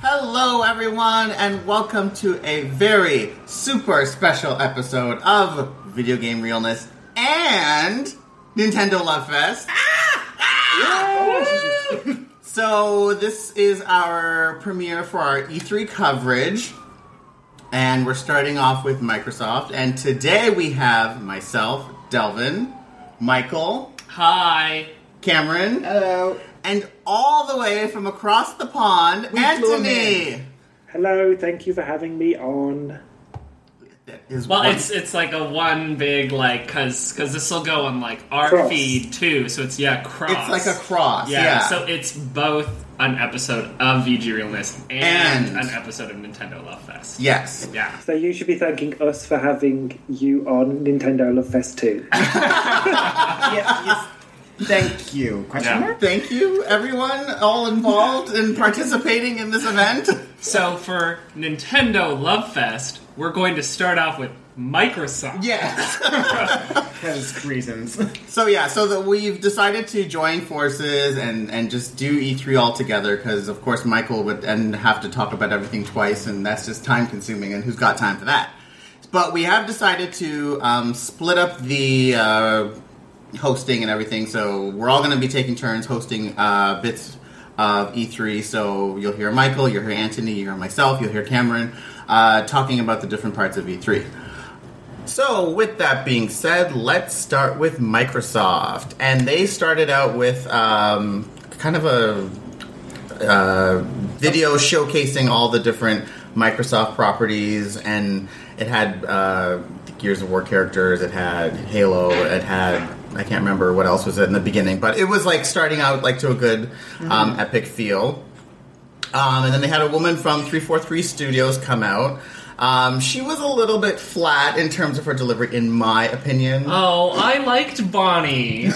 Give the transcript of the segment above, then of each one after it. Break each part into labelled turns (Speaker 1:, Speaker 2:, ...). Speaker 1: Hello, everyone, and welcome to a very super special episode of Video Game Realness and Nintendo Love Fest. So, this is our premiere for our E3 coverage, and we're starting off with Microsoft. And today we have myself, Delvin, Michael,
Speaker 2: Hi.
Speaker 1: Cameron,
Speaker 3: Hello.
Speaker 1: and all the way from across the pond,
Speaker 2: We flew him
Speaker 1: Anthony.
Speaker 3: Hello, thank you for having me on.
Speaker 1: That is
Speaker 2: Well,
Speaker 1: one-
Speaker 2: it's it's like a one big like cause cause this will go on like our
Speaker 3: Cross.
Speaker 2: feed too, so it's yeah cross.
Speaker 1: it's like a cross.
Speaker 2: Yeah,
Speaker 1: Yeah.
Speaker 2: so it's both an episode of VG Realness and,
Speaker 1: And-
Speaker 2: an episode of Nintendo Love Fest.
Speaker 1: yes.
Speaker 2: Yeah.
Speaker 3: So you should be thanking us for having you on Nintendo Love Fest 2.
Speaker 4: yes, yes. Thank you. Question
Speaker 2: Yeah.
Speaker 4: mark?
Speaker 1: Thank you, everyone, all involved in participating in this event.
Speaker 2: So for Nintendo Love Fest, we're going to start off with Microsoft.
Speaker 1: Yes.
Speaker 4: Because reasons.
Speaker 1: So yeah, so that we've decided to join forces and and just do E3 all together because of course Michael would and have to talk about everything twice and that's just time consuming and who's got time for that? But we have decided to um, split up the uh, hosting and everything, so we're all going to be taking turns hosting uh, bits of E3. So you'll hear Michael, you'll hear Anthony, you'll hear myself, you'll hear Cameron uh, talking about the different parts of E E3. So, with that being said, let's start with Microsoft. And they started out with um, kind of a uh, video showcasing all the different Microsoft properties, and it had uh, Gears of War characters, it had Halo, it had. I can't remember what else was in the beginning, but it was like starting out like to a good um, epic feel. Um, and then they had a woman from 343 Studios come out. Um, she was a little bit flat in terms of her delivery, in my opinion.
Speaker 2: Oh, I liked Bonnie.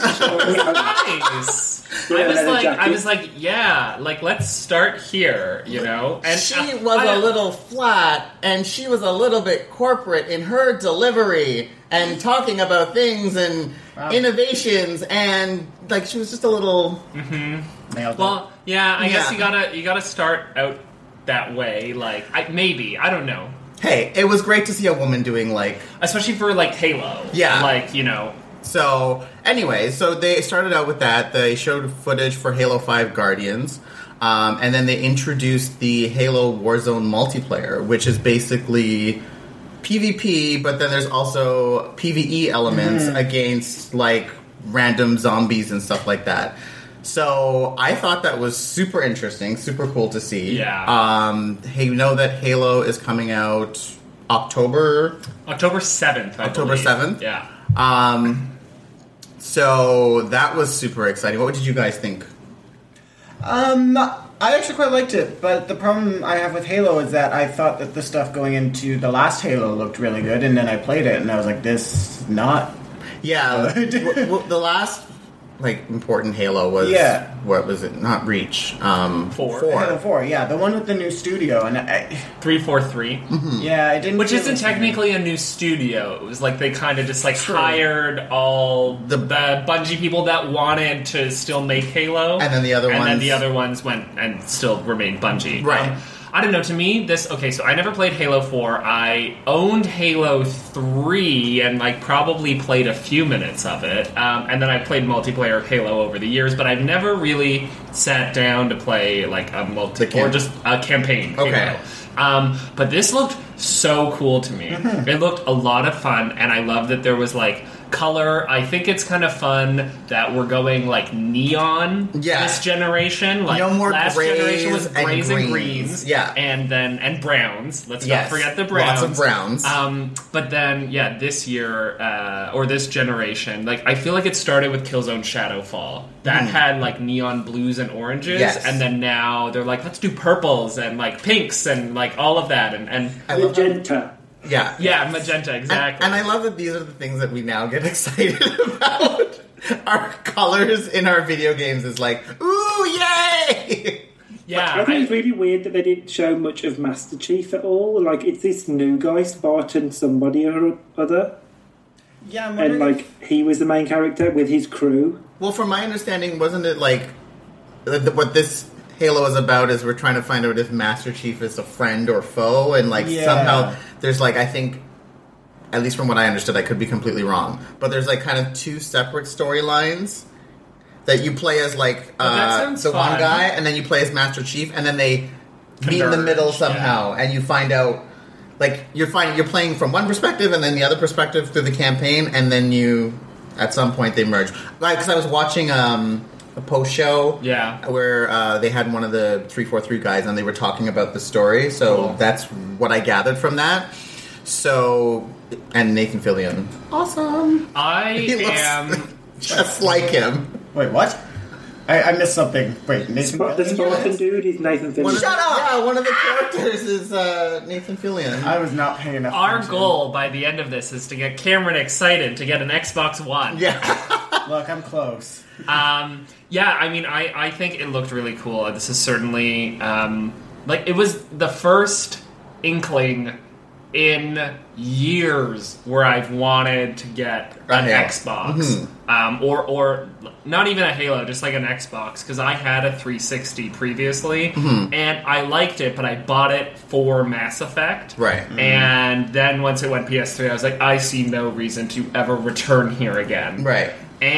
Speaker 2: nice. I
Speaker 3: Yeah,
Speaker 2: was
Speaker 3: leather
Speaker 2: like, I
Speaker 3: jacket.
Speaker 2: was like, yeah, like let's start here, you know. And
Speaker 1: she
Speaker 2: uh,
Speaker 1: was
Speaker 2: I-
Speaker 1: a little flat, and she was a little bit corporate in her delivery and talking about things and
Speaker 4: Wow.
Speaker 1: innovations, and like she was just a little.
Speaker 4: Nailed it.
Speaker 2: Well, yeah, I guess
Speaker 1: Yeah.
Speaker 2: you gotta you gotta start out that way. Like, I, maybe I don't know,
Speaker 1: Hey, it was great to see a woman doing like
Speaker 2: especially for like Halo.
Speaker 1: Yeah.
Speaker 2: like you know,
Speaker 1: So, anyway, so they started out with that. They showed footage for Halo 5 Guardians. Um, and then they introduced the Halo Warzone multiplayer, which is basically PvP, but then there's also PvE elements against like random zombies and stuff like that. So I thought that was super interesting, super cool to see.
Speaker 2: Yeah.
Speaker 1: Um, hey, you know that Halo is coming out October
Speaker 2: October seventh.
Speaker 1: October 7th?
Speaker 2: Yeah.
Speaker 1: um, so that was super exciting. What did you guys think?
Speaker 4: Um, I actually quite liked it, but the problem I have with Halo is that I thought that the stuff going into the last Halo looked really good, and then I played it, and I was like, this is not.
Speaker 1: Yeah, w- w- the last like important Halo was
Speaker 4: Yeah.
Speaker 1: What was it? Not Reach. Um,
Speaker 2: Four.
Speaker 4: Halo 4, yeah, the one with the new studio, and I,
Speaker 2: Three four three,
Speaker 3: Hmm.
Speaker 4: yeah, it didn't.
Speaker 2: which
Speaker 4: feel-
Speaker 2: isn't technically a new studio. It was like they kind of just like hired all
Speaker 1: The-
Speaker 2: the, Bungie people that wanted to still make Halo,
Speaker 1: And then the other
Speaker 2: and then
Speaker 1: ones-
Speaker 2: the other ones went and still remained Bungie.
Speaker 1: Right.
Speaker 2: Um, I don't know. To me, this okay. So I never played Halo Four. I owned Halo Three and like probably played a few minutes of it, um, and then I played multiplayer of Halo over the years. But I've never really sat down to play like a multi
Speaker 1: The cam-
Speaker 2: or just a campaign.
Speaker 1: Okay.
Speaker 2: Halo. Um, but this looked so cool to me. It looked a lot of fun, and I love that there was like color. I think it's kind of fun that we're going like neon
Speaker 1: Yeah.
Speaker 2: this generation. Like
Speaker 1: No more
Speaker 2: last generation
Speaker 1: grays
Speaker 2: was
Speaker 1: and
Speaker 2: grays and
Speaker 1: greens.
Speaker 2: greens,
Speaker 1: Yeah.
Speaker 2: and then and browns. Let's
Speaker 1: Yes.
Speaker 2: not forget the browns.
Speaker 1: Lots of browns.
Speaker 2: Um, but then yeah, this year uh, or this generation, like I feel like it started with Killzone Shadowfall that had like neon blues and oranges,
Speaker 1: Hmm. Yes.
Speaker 2: and then now they're like let's do purples and like pinks and like all of that and and
Speaker 1: I love how-
Speaker 3: Magenta.
Speaker 1: yeah,
Speaker 2: yeah, magenta
Speaker 1: And,
Speaker 2: exactly.
Speaker 1: and I love that these are the things that we now get excited about. Our colors in our video games is like, ooh, yay!
Speaker 2: yeah,
Speaker 3: I think it's
Speaker 2: I-
Speaker 3: really weird that they didn't show much of Master Chief at all. Like, it's this new guy, Spartan somebody or other.
Speaker 4: Yeah, I'm
Speaker 3: And,
Speaker 4: wondering
Speaker 3: like, he was the main character with his crew.
Speaker 1: Well, from my understanding, wasn't it like th- th- what this Halo is about is we're trying to find out if Master Chief is a friend or foe, and like
Speaker 4: Yeah.
Speaker 1: somehow there's like I think, at least from what I understood, I could be completely wrong, but there's like kind of two separate storylines that you play as like
Speaker 2: But that
Speaker 1: uh,
Speaker 2: sounds
Speaker 1: the
Speaker 2: fun.
Speaker 1: one guy, and then you play as Master Chief, and then they meet in the
Speaker 2: Converge,
Speaker 1: middle
Speaker 2: yeah.
Speaker 1: somehow, and you find out. Like you're fine, you're playing from one perspective and then the other perspective through the campaign, and then you, at some point, they merge. Like, because I was watching um, a post show,
Speaker 2: Yeah.
Speaker 1: where uh, they had one of the 343 guys and they were talking about the story. So
Speaker 2: Cool.
Speaker 1: that's what I gathered from that. So, and Nathan Fillion. Awesome.
Speaker 2: I
Speaker 1: He looks
Speaker 2: am.
Speaker 1: just like him.
Speaker 4: Wait, what? I, I missed something. Wait, Nathan.
Speaker 3: But the
Speaker 4: Fillion?
Speaker 3: Spartan dude is Nathan
Speaker 1: One of
Speaker 3: Fillion.
Speaker 1: the- Yeah, one of the characters is uh, Nathan Fillion.
Speaker 4: I was not paying enough.
Speaker 2: Our
Speaker 4: attention.
Speaker 2: goal by the end of this is to get Cameron excited to get an Xbox One.
Speaker 1: yeah.
Speaker 4: Look, I'm close.
Speaker 2: Um, yeah, I mean, I, I think it looked really cool. This is certainly um, like it was the first inkling in years where I've wanted to get
Speaker 1: A
Speaker 2: an
Speaker 1: Halo. Mm-hmm.
Speaker 2: Xbox, um, or or not even a Halo, just like an Xbox, because I had a 360 previously
Speaker 1: Mm-hmm.
Speaker 2: and I liked it, but I bought it for Mass Effect,
Speaker 1: Right.
Speaker 2: And then once it went PS3, I was like, I see no reason to ever return here again,
Speaker 1: Right.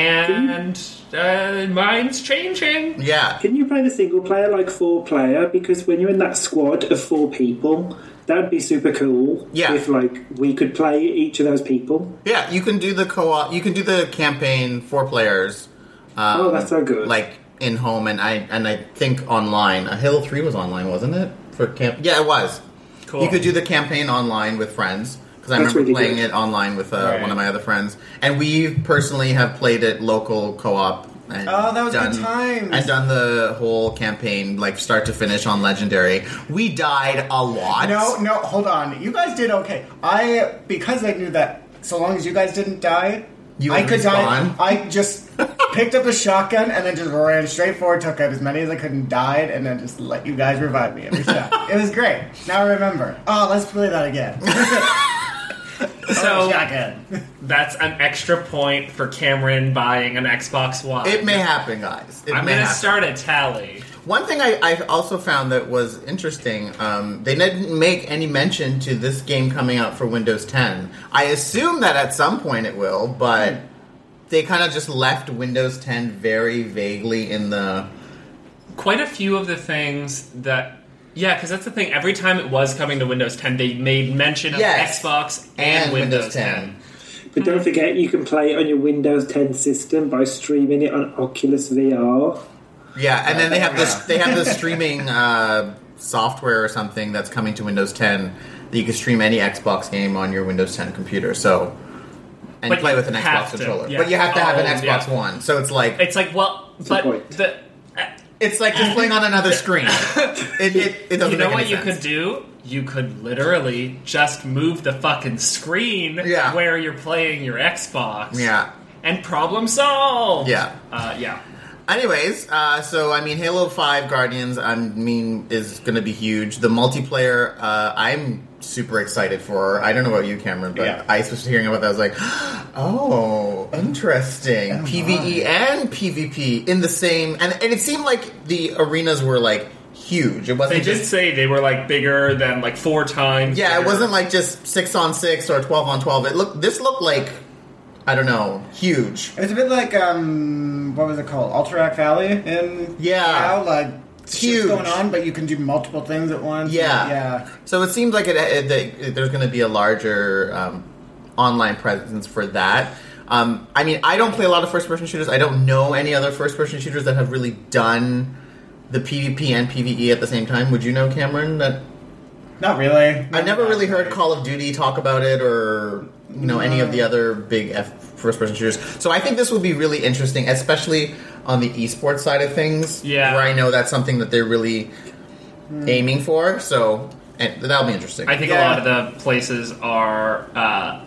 Speaker 2: and uh, mine's changing.
Speaker 1: Yeah.
Speaker 3: Can you play the single player like four player? Because when you're in that squad of four people, that would be super cool.
Speaker 1: Yeah.
Speaker 3: If like we could play each of those people.
Speaker 1: Yeah, you can do the co-op. You can do the campaign for players. Um,
Speaker 3: Oh, that's so good.
Speaker 1: Like in home and I and I think online. Uh, Halo Three was online, wasn't it? For camp? Yeah, it was.
Speaker 2: Cool.
Speaker 1: You could do the campaign online with friends because I
Speaker 3: That's
Speaker 1: remember
Speaker 3: really
Speaker 1: playing
Speaker 3: good.
Speaker 1: it online with uh,
Speaker 4: Right.
Speaker 1: one of my other friends, and we personally have played it local co-op. And
Speaker 4: Oh, that was
Speaker 1: done,
Speaker 4: good times.
Speaker 1: And done the whole campaign like start to finish on legendary. We died a lot.
Speaker 4: No, no, hold on. You guys did okay. I because I knew that so long as you guys didn't die,
Speaker 1: You
Speaker 4: I
Speaker 1: would
Speaker 4: could die.
Speaker 1: respawn.
Speaker 4: I just picked up a shotgun and then just ran straight forward, took out as many as I could, and died, and then just let you guys revive me every time. it was great. Now I remember. Oh, let's play that again. Oh,
Speaker 1: Oh,
Speaker 2: So
Speaker 4: shotgun.
Speaker 2: that's an extra point for Cameron buying an Xbox One.
Speaker 1: It may happen, guys. It
Speaker 2: I'm
Speaker 1: may
Speaker 2: gonna
Speaker 1: happen.
Speaker 2: start a tally.
Speaker 1: One thing I, I also found that was interesting, um, they didn't make any mention to this game coming out for Windows 10. I assume that at some point it will,
Speaker 2: Hmm.
Speaker 1: but they kind of just left Windows 10 very vaguely in the.
Speaker 2: Quite a few of the things that. Yeah, because that's the thing. Every time it was coming to Windows 10, they made mention of
Speaker 1: Yes.
Speaker 2: Xbox and,
Speaker 1: And
Speaker 2: Windows,
Speaker 1: Windows
Speaker 2: 10.
Speaker 1: 10.
Speaker 3: But don't forget, you can play it on your Windows 10 system by streaming it on Oculus VR.
Speaker 1: Yeah, and then they have this they have this streaming uh, software or something that's coming to Windows 10 that you can stream any Xbox game on your Windows 10 computer. So and
Speaker 2: But
Speaker 1: play
Speaker 2: you
Speaker 1: with an
Speaker 2: have
Speaker 1: Xbox
Speaker 2: to,
Speaker 1: controller,
Speaker 2: yeah.
Speaker 1: but you have to have an
Speaker 2: Oh, yeah.
Speaker 1: Xbox One. So it's like
Speaker 2: It's like, well,
Speaker 3: a
Speaker 2: but
Speaker 3: point.
Speaker 2: the. uh,
Speaker 1: It's like just playing on another screen. It, it, it doesn't
Speaker 2: You know
Speaker 1: make
Speaker 2: what
Speaker 1: any
Speaker 2: you
Speaker 1: sense.
Speaker 2: could do? You could literally just move the fucking screen
Speaker 1: Yeah.
Speaker 2: where you're playing your Xbox.
Speaker 1: Yeah.
Speaker 2: And problem solved.
Speaker 1: Yeah.
Speaker 2: Uh, yeah.
Speaker 1: Anyways, uh, so I mean, Halo Five Guardians, I mean, is going to be huge. The multiplayer, uh, I'm super excited for. I don't know about you, Cameron, but
Speaker 4: Yeah.
Speaker 1: I was hearing about that. I was like, oh, interesting. PVE and PvP in the same, and and it seemed like the arenas were like huge. It wasn't
Speaker 2: They did
Speaker 1: just
Speaker 2: say they were like bigger than like four times.
Speaker 1: yeah, it
Speaker 2: bigger.
Speaker 1: wasn't like just six on six or twelve on twelve. It looked this looked like I don't know, huge.
Speaker 4: It was a bit like um, what was it called? Alterac Valley in
Speaker 1: Yeah.
Speaker 4: Wow, like shit's
Speaker 1: Huge.
Speaker 4: going on, but you can do multiple things at once.
Speaker 1: Yeah.
Speaker 4: yeah.
Speaker 1: So it seems like it, it, that there's going to be a larger um, online presence for that. Um, I mean, I don't play a lot of first-person shooters. I don't know any other first-person shooters that have really done the PvP and PvE at the same time. Would you know, Cameron? That
Speaker 4: Not really.
Speaker 1: I never really heard Call of Duty talk about it, or you know, any of the other big F- first-person shooters. So I think this will be really interesting, especially on the esports side of things.
Speaker 2: Yeah.
Speaker 1: where I know that's something that they're really aiming for. So. And that'll be interesting.
Speaker 2: I think
Speaker 4: Yeah.
Speaker 2: a lot of the places are uh,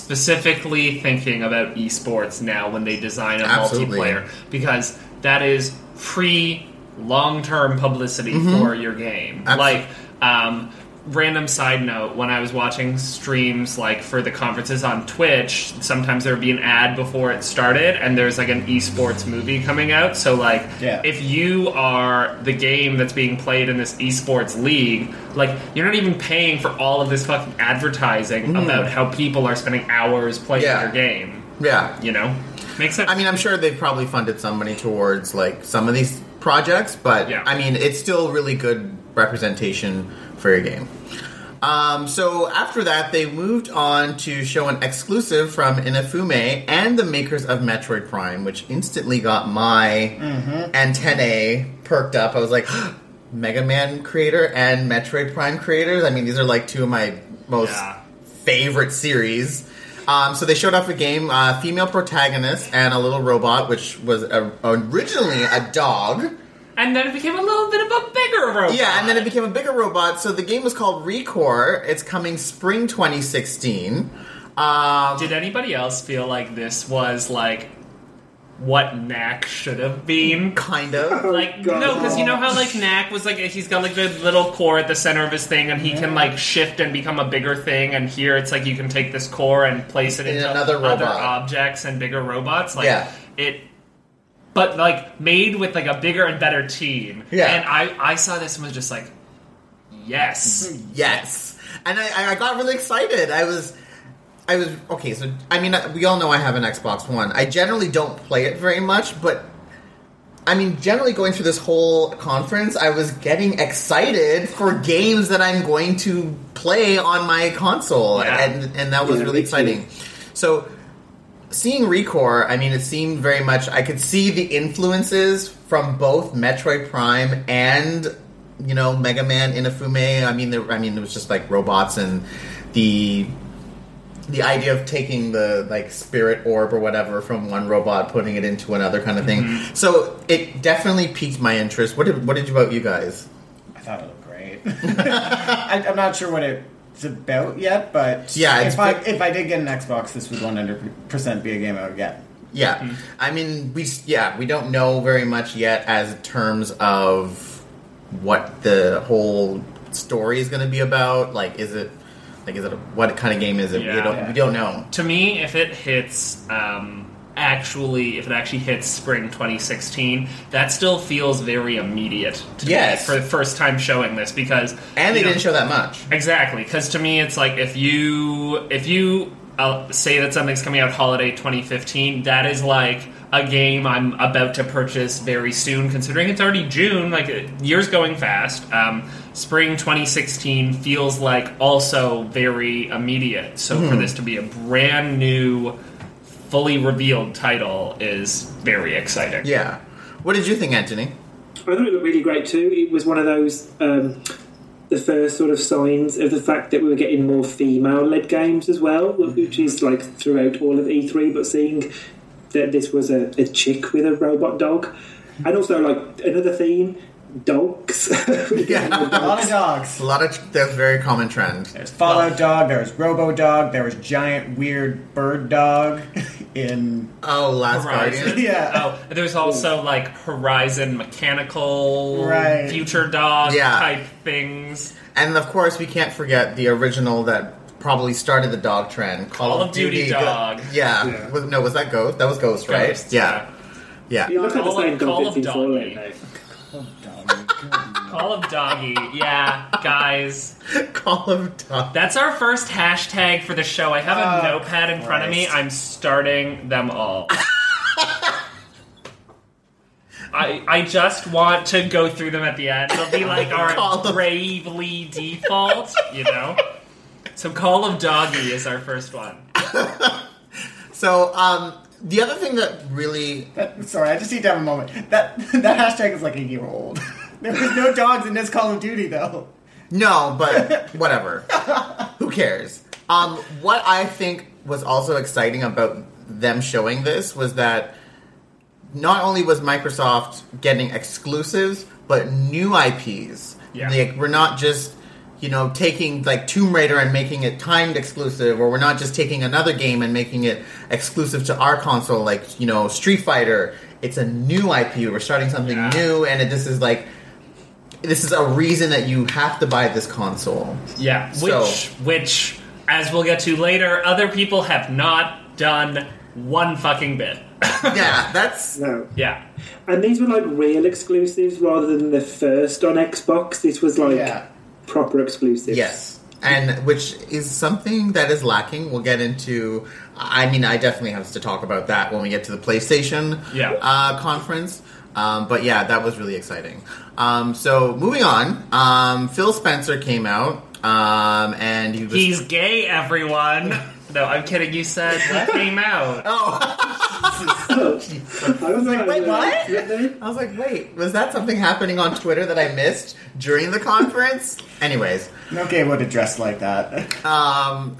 Speaker 2: specifically thinking about esports now when they design a
Speaker 1: Absolutely.
Speaker 2: multiplayer because that is free long term publicity for your game.
Speaker 1: Mm-hmm. Abs-
Speaker 2: Like, um, random side note when I was watching streams like for the conferences on Twitch, sometimes there would be an ad before it started, and there's like an esports movie coming out. So like,
Speaker 4: Yeah.
Speaker 2: if you are the game that's being played in this esports league, like you're not even paying for all of this fucking advertising about how people are spending hours playing
Speaker 1: Mm. Yeah.
Speaker 2: your game.
Speaker 1: Yeah.
Speaker 2: You know, makes sense.
Speaker 1: I mean, I'm sure they've probably funded some money towards like some of these projects, but
Speaker 2: Yeah.
Speaker 1: I mean, it's still really good representation for your game. Um, so after that, they moved on to show an exclusive from Inafume and the makers of Metroid Prime, which instantly got my antennae perked up. I was like, Mega Man creator and Metroid Prime creators. I mean, these are like two of my most
Speaker 2: Yeah.
Speaker 1: favorite series. Um, so they showed off a game, uh, female protagonist and a little robot, which was a, originally a dog.
Speaker 2: and then it became a little bit of a bigger robot.
Speaker 1: Yeah, and then it became a bigger robot. So the game was called Recore. It's coming spring 2016. Um,
Speaker 2: Did anybody else feel like this was like what Knack should have been?
Speaker 1: kind of.
Speaker 2: Like
Speaker 3: God.
Speaker 2: no, because you know how like Knack was like he's got like the little core at the center of his thing, and he can like shift and become a bigger thing. And here it's like you can take this core and place it
Speaker 1: In
Speaker 2: into
Speaker 1: another
Speaker 2: other
Speaker 1: robot.
Speaker 2: objects and bigger robots. Like
Speaker 1: Yeah.
Speaker 2: it. But like made with like a bigger and better team,
Speaker 1: Yeah.
Speaker 2: And I I saw this and was just like,
Speaker 1: Mm-hmm.
Speaker 2: yes,
Speaker 1: Yes. And I, I got really excited. I was. I was. Okay, so. I mean, we all know I have an Xbox One. I generally don't play it very much, but. I mean, generally going through this whole conference, I was getting excited for games that I'm going to play on my console.
Speaker 2: Yeah.
Speaker 1: And, and that was
Speaker 3: Yeah,
Speaker 1: really
Speaker 3: me too.
Speaker 1: exciting. So seeing Recore, I mean, it seemed very much. I could see the influences from both Metroid Prime and you know Mega Man Inafume. I mean, there, I mean, it was just like robots and the the idea of taking the like spirit orb or whatever from one robot, putting it into another kind of thing.
Speaker 3: Mm-hmm.
Speaker 1: So it definitely piqued my interest. What did what did you about you guys?
Speaker 4: I thought it looked great. I, I'm not sure what it's about yet, but
Speaker 1: Yeah, it's
Speaker 4: if I
Speaker 1: ve-
Speaker 4: if I did get an Xbox, this would 100 percent be a game I would get.
Speaker 1: Yeah, I mean, we s- yeah we don't know very much yet as terms of what the whole story is going to be about. Like, is it like is it a, what kind of game is it? we
Speaker 2: Yeah.
Speaker 1: don't we don't know.
Speaker 2: to me, if it hits um, actually, if it actually hits spring 2016, that still feels very immediate. To
Speaker 1: Yes.
Speaker 2: me for the first time showing this because
Speaker 1: And they
Speaker 2: you know,
Speaker 1: didn't show that much.
Speaker 2: exactly because to me it's like if you if you uh, say that something's coming out holiday 2015, that is like a game I'm about to purchase very soon. Considering it's already June, like uh, years going fast. Um, spring 2016 feels like also very immediate. So for this to be a brand new fully revealed title is very exciting.
Speaker 1: Yeah. What did you think, Anthony?
Speaker 3: I thought it looked really great too. It was one of those, um, the first sort of signs of the fact that we were getting more female led games as well, which is like throughout all of E3, but seeing that this was a, a chick with a robot dog. And also, like, another theme dogs.
Speaker 4: A lot of dogs.
Speaker 1: A lot of ch- that's a very common trend.
Speaker 4: There's Fallout Dog. There was Robo Dog. There was giant weird bird dog. In
Speaker 1: Oh, Last
Speaker 2: Horizon.
Speaker 1: Guardian.
Speaker 4: Yeah.
Speaker 2: Oh, there's also like Horizon mechanical
Speaker 4: Right.
Speaker 2: future dog
Speaker 1: Yeah.
Speaker 2: type things.
Speaker 1: And of course, we can't forget the original that probably started the dog trend, Call,
Speaker 2: of Duty
Speaker 1: Go-
Speaker 2: Dog.
Speaker 1: Yeah.
Speaker 3: Yeah.
Speaker 1: Was- no, was that Ghost? That was Ghost, right?
Speaker 2: Ghosts,
Speaker 1: Yeah. Yeah.
Speaker 3: It looked like the
Speaker 2: Call of- Call of
Speaker 3: same dog that's been
Speaker 2: Doggy.
Speaker 3: falling, though.
Speaker 4: oh,
Speaker 2: Call of Doggy. yeah, guys.
Speaker 1: Call of Dog.
Speaker 2: That's our first hashtag for the show. I have a
Speaker 4: Oh,
Speaker 2: notepad in front of me.
Speaker 4: Christ.
Speaker 2: I'm starting them all. I, I just want to go through them at the end. It'll be like
Speaker 1: Call
Speaker 2: our
Speaker 1: of-
Speaker 2: bravely default, you know? So Call of Doggy is our first one.
Speaker 1: So, um, the other thing that really
Speaker 4: that, sorry, I just need to have a moment. That that hashtag is like a year old. There was no dogs in this Call of Duty though.
Speaker 1: no, but whatever. Who cares? Um, what I think was also exciting about them showing this was that not only was Microsoft getting exclusives, but new IPs.
Speaker 2: Yeah.
Speaker 1: Like we're not just you know taking like Tomb Raider and making it timed exclusive, or we're not just taking another game and making it exclusive to our console. Like you know Street Fighter, it's a new IP. We're starting something
Speaker 2: Yeah.
Speaker 1: new, and it, this is like this is a reason that you have to buy this console.
Speaker 2: Yeah, which
Speaker 1: So-
Speaker 2: which as we'll get to later, other people have not done one fucking bit.
Speaker 1: Yeah, that's
Speaker 3: No.
Speaker 2: yeah.
Speaker 3: And these were like real exclusives rather than the first on Xbox. This was like
Speaker 4: Yeah.
Speaker 3: proper exclusives.
Speaker 1: yes. And which is something that is lacking. We'll get into. I mean, I definitely have to talk about that when we get to the PlayStation
Speaker 2: Yeah.
Speaker 1: uh, conference. Um, but yeah, that was really exciting. Um, so moving on, um, Phil Spencer came out, um, and he was
Speaker 2: He's gay, everyone. No, I'm kidding. You said that came out.
Speaker 1: oh.
Speaker 3: Oh, I was like,
Speaker 1: Wait,
Speaker 3: uh,
Speaker 1: what?
Speaker 3: really?
Speaker 1: I was like, wait, was that something happening on Twitter that I missed during the conference? Anyways,
Speaker 4: No gay would have dressed like that.
Speaker 1: um,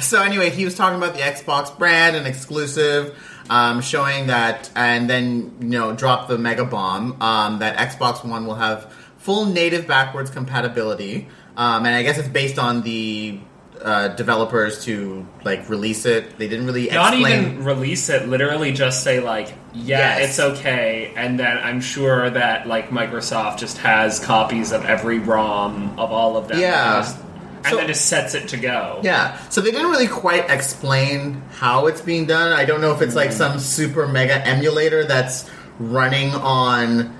Speaker 1: so anyway, he was talking about the Xbox brand and exclusive, um, showing that, and then you know, drop the mega bomb um, that Xbox One will have full native backwards compatibility, um, and I guess it's based on the uh, developers to like release it. They didn't really
Speaker 2: Not
Speaker 1: explain.
Speaker 2: even release it. Literally, just say like, yeah,
Speaker 1: Yes.
Speaker 2: it's okay. And then I'm sure that like Microsoft just has copies of every ROM of all of them.
Speaker 1: Yeah.
Speaker 2: And, just- and
Speaker 1: So-
Speaker 2: then just sets it to go.
Speaker 1: Yeah, so they didn't really quite explain how it's being done. I don't know if it's like some super mega emulator that's running on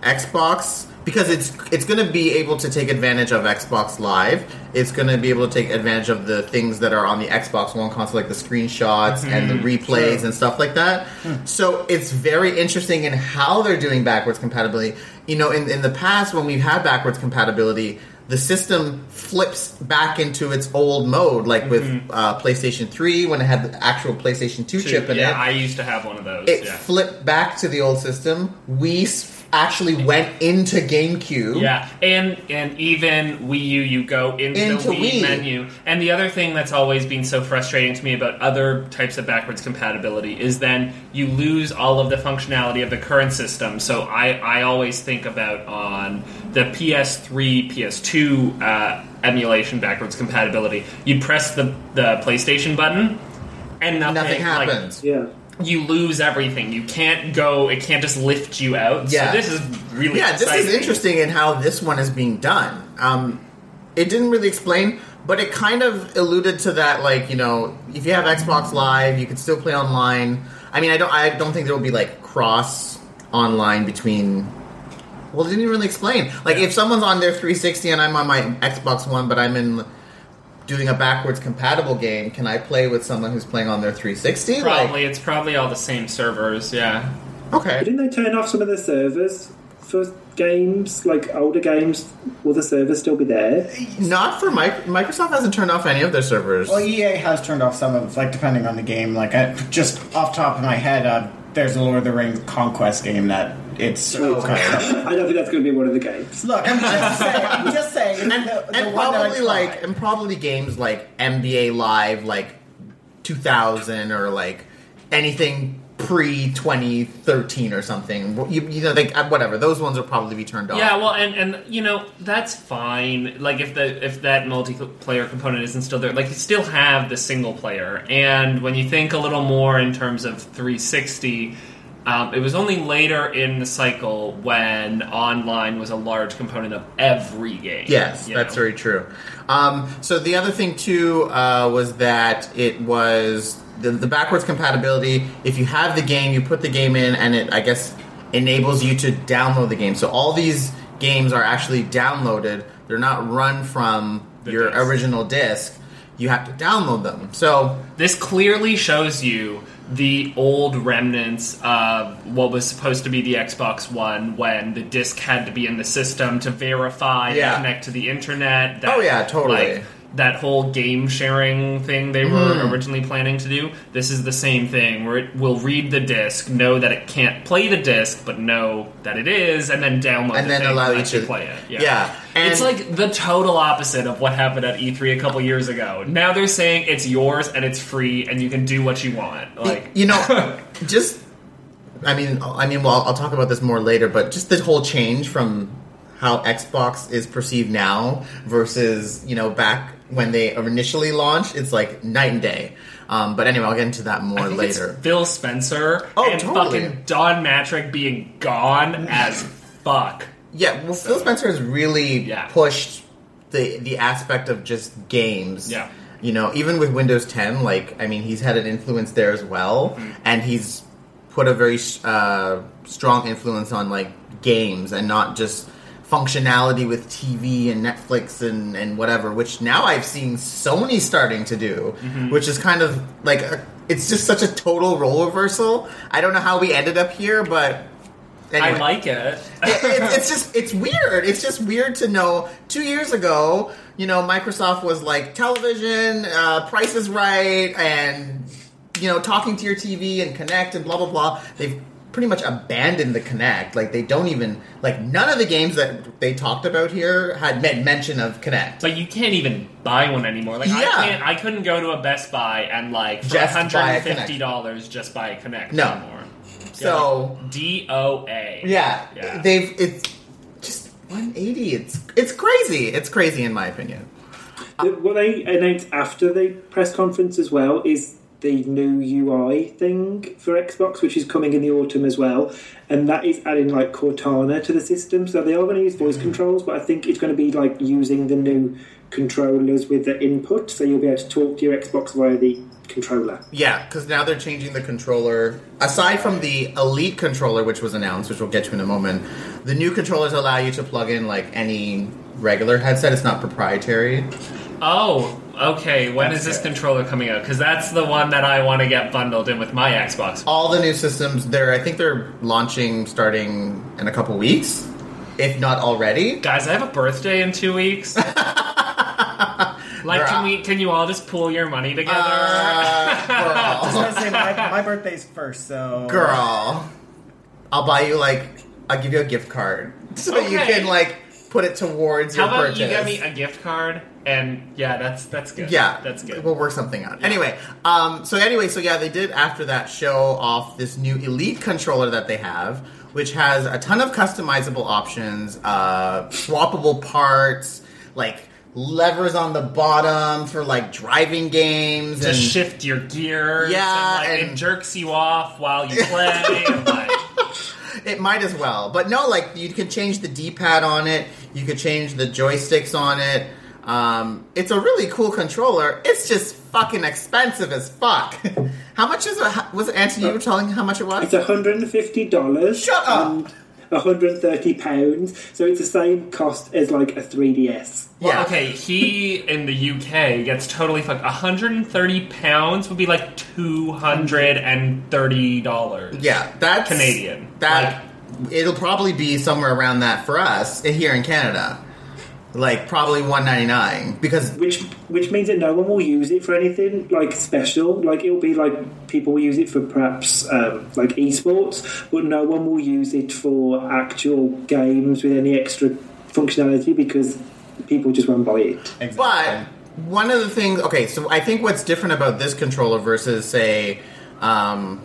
Speaker 1: Xbox because it's it's going to be able to take advantage of Xbox Live. It's going to be able to take advantage of the things that are on the Xbox One console, like the screenshots and the
Speaker 2: Mm-hmm.
Speaker 1: replays and stuff like that.
Speaker 2: Hmm.
Speaker 1: So it's very interesting in how they're doing backwards compatibility. You know, in in the past when we've had backwards compatibility. The system flips back into its old mode, like with uh, PlayStation 3 when it had the actual PlayStation 2
Speaker 2: Mm-hmm. Two-
Speaker 1: chip in
Speaker 2: yeah,
Speaker 1: it
Speaker 2: I used to have one of those.
Speaker 1: it
Speaker 2: yeah.
Speaker 1: flipped back to the old system. We s- actually went into GameCube.
Speaker 2: Yeah, and and even Wii U, you go into,
Speaker 1: Into
Speaker 2: the Wii,
Speaker 1: Wii.
Speaker 2: menu. And the other thing that's always been so frustrating to me about other types of backwards compatibility is then you lose all of the functionality of the current system. So I I always think about on the PS3, PS2 uh, emulation backwards compatibility. You press the the PlayStation button, and nothing,
Speaker 1: Nothing
Speaker 2: like,
Speaker 1: happens.
Speaker 3: Yeah.
Speaker 2: you lose everything. You can't go. It can't just lift you out.
Speaker 1: Yeah.
Speaker 2: So this is really
Speaker 1: yeah, this is
Speaker 2: exciting.
Speaker 1: interesting in how this one is being done. Um, it didn't really explain, but it kind of alluded to that, like you know, if you have Xbox Live, you can still play online. I mean, I don't, I don't think there will be like cross online between. Well, it didn't really explain. Like, if someone's on their 360 and I'm on my Xbox One, but I'm in doing a backwards compatible game, can I play with someone who's playing on their 360?
Speaker 2: Probably it's probably all the same servers. Yeah.
Speaker 1: Like, okay.
Speaker 3: But didn't they turn off some of the servers for games, like older games? Will the servers still be there?
Speaker 1: Not for Mic- Microsoft hasn't turned off any of their servers.
Speaker 4: Well, EA has turned off some of, like, depending on the game. Like, I, just off top of my head, uh, there's a Lord of the Rings conquest game that it's.
Speaker 1: Oh,
Speaker 3: I don't think that's going to be one of the games.
Speaker 4: Look, I'm just saying. I'm just saying.
Speaker 1: and,
Speaker 4: the- the
Speaker 1: and
Speaker 4: one that I
Speaker 1: probably like
Speaker 4: tried.
Speaker 1: and probably games like NBA Live like 2000 or like anything pre 2013 or something. You, you know, like uh, whatever. Those ones will probably be turned off.
Speaker 2: Yeah. Well, and and you know that's fine. Like if the if that multiplayer component isn't still there, like you still have the single player. And when you think a little more in terms of 360. Um, it was only later in the cycle when online was a large component of every game.
Speaker 1: Yes,
Speaker 2: you
Speaker 1: that's
Speaker 2: know?
Speaker 1: very true. Um, so the other thing too uh, was that it was the, the backwards compatibility. If you have the game, you put the game in, and it I guess enables you to download the game. So all these games are actually downloaded. They're not run from
Speaker 2: The
Speaker 1: your
Speaker 2: disc.
Speaker 1: original disc. You have to download them. So
Speaker 2: This clearly shows you the old remnants of what was supposed to be the Xbox One when the disc had to be in the system to verify
Speaker 1: Yeah.
Speaker 2: and connect to the internet.
Speaker 1: Oh, yeah, totally.
Speaker 2: Like, that whole game sharing thing they were
Speaker 1: Mm-hmm.
Speaker 2: originally planning to do. This is the same thing where it will read the disc, know that it can't play the disc, but know that it is, and then download
Speaker 1: And
Speaker 2: the
Speaker 1: then
Speaker 2: thing
Speaker 1: allow
Speaker 2: and
Speaker 1: you
Speaker 2: let you
Speaker 1: to-
Speaker 2: play it. Yeah,
Speaker 1: yeah, and-
Speaker 2: it's like the total opposite of what happened at E3 a couple years ago. Now they're saying it's yours and it's free and you can do what you want. Like,
Speaker 1: you know, just I mean, I mean, well, I'll talk about this more later, but just the whole change from how Xbox is perceived now versus you know back when they initially launched, it's like night and day. Um, but anyway, I'll get into that more
Speaker 2: I think it's
Speaker 1: later.
Speaker 2: Phil Spencer
Speaker 1: Oh,
Speaker 2: and
Speaker 1: totally.
Speaker 2: fucking Don Matrick being gone as fuck.
Speaker 1: Yeah, well, Phil Spencer has really
Speaker 2: Yeah.
Speaker 1: pushed the the aspect of just games.
Speaker 2: Yeah.
Speaker 1: You know, even with Windows 10, like I mean, he's had an influence there as well,
Speaker 2: Mm-hmm.
Speaker 1: and he's put a very uh, strong influence on like games and not just functionality with TV and Netflix and and whatever. Which now I've seen Sony starting to do,
Speaker 2: Mm-hmm.
Speaker 1: which is kind of like a, it's just such a total role reversal. I don't know how we ended up here, but
Speaker 2: I
Speaker 1: anyway
Speaker 2: like it.
Speaker 1: it, it- it's just it's weird. It's just weird to know. Two years ago, you know, Microsoft was like television, uh, Price is Right, and you know, talking to your TV and Connect and blah blah blah. They've pretty much abandoned the Connect. Like they don't even like none of the games that they talked about here had men- mention of Connect.
Speaker 2: But you can't even buy one anymore. Like I
Speaker 1: Yeah.
Speaker 2: can't. I couldn't go to a Best Buy and like for
Speaker 1: Just buy a
Speaker 2: hundred and fifty
Speaker 1: Kinect.
Speaker 2: dollars just buy a Connect
Speaker 1: No.
Speaker 2: anymore.
Speaker 1: So-
Speaker 2: DOA.
Speaker 1: Yeah,
Speaker 2: Yeah.
Speaker 1: they've it's just 180. It's it's crazy. It's crazy in my opinion.
Speaker 3: The- Uh, what they announced after the press conference as well is the new UI thing for Xbox, which is coming in the autumn as well, and that is adding like Cortana to the system. So they are going to use
Speaker 1: Mm.
Speaker 3: voice controls, but I think it's going to be like using the new controllers with the input, so you'll be able to talk to your Xbox via the controller.
Speaker 1: Yeah, because now they're changing the controller. Aside from the Elite controller, which was announced, which we'll get to in a moment, the new controllers allow you to plug in like any regular headset. It's not proprietary.
Speaker 2: Oh, okay. When is
Speaker 1: That's
Speaker 2: this
Speaker 1: it.
Speaker 2: controller coming out? Because that's the one that I want to get bundled in with my Xbox.
Speaker 1: All the new systems, they're I think they're launching starting in a couple weeks, if not already.
Speaker 2: Guys, I have a birthday in two weeks. like, can we? Can you all just pool your money together?
Speaker 4: I was
Speaker 1: Uh, girl,
Speaker 4: gonna say my, my birthday's first, so
Speaker 1: girl, I'll buy you like I'll give you a gift card so you
Speaker 2: Okay.
Speaker 1: can like put it towards
Speaker 2: How
Speaker 1: your
Speaker 2: about
Speaker 1: purchase.
Speaker 2: you get me a gift card? And yeah, that's that's good.
Speaker 1: Yeah,
Speaker 2: that's good.
Speaker 1: We'll work something out. Anyway, um, so anyway, so yeah, they did after that show off this new elite controller that they have, which has a ton of customizable options, uh, swappable parts, like levers on the bottom for like driving games
Speaker 2: to
Speaker 1: and
Speaker 2: shift your gears.
Speaker 1: Yeah,
Speaker 2: and, like,
Speaker 1: and-
Speaker 2: it jerks you off while you play. and, like,
Speaker 1: It might as well. But no, like you can change the D-pad on it. You could change the joysticks on it. Um, it's a really cool controller. It's just fucking expensive as fuck. how much is it? Was it Anthony?
Speaker 2: Uh,
Speaker 1: You were telling how much it
Speaker 3: It's
Speaker 1: was.
Speaker 3: $150
Speaker 1: Shut up.
Speaker 3: and £130, so it's the same cost as like a 3DS.
Speaker 2: well,
Speaker 1: Yeah.
Speaker 2: okay, he in the UK gets totally fucked. 130 pounds would be like 230 dollars.
Speaker 1: Yeah, that's
Speaker 2: Canadian.
Speaker 1: That it'll probably be somewhere around that for us eh, here in Canada. Like probably one ninety nine because
Speaker 3: which which means that no one will use it for anything like special. Like it'll be like people will use it for perhaps um, like esports, but no one will use it for actual games with any extra functionality because people just won't buy it.
Speaker 1: But one of the things, okay, so I think what's different about this controller versus, say, um,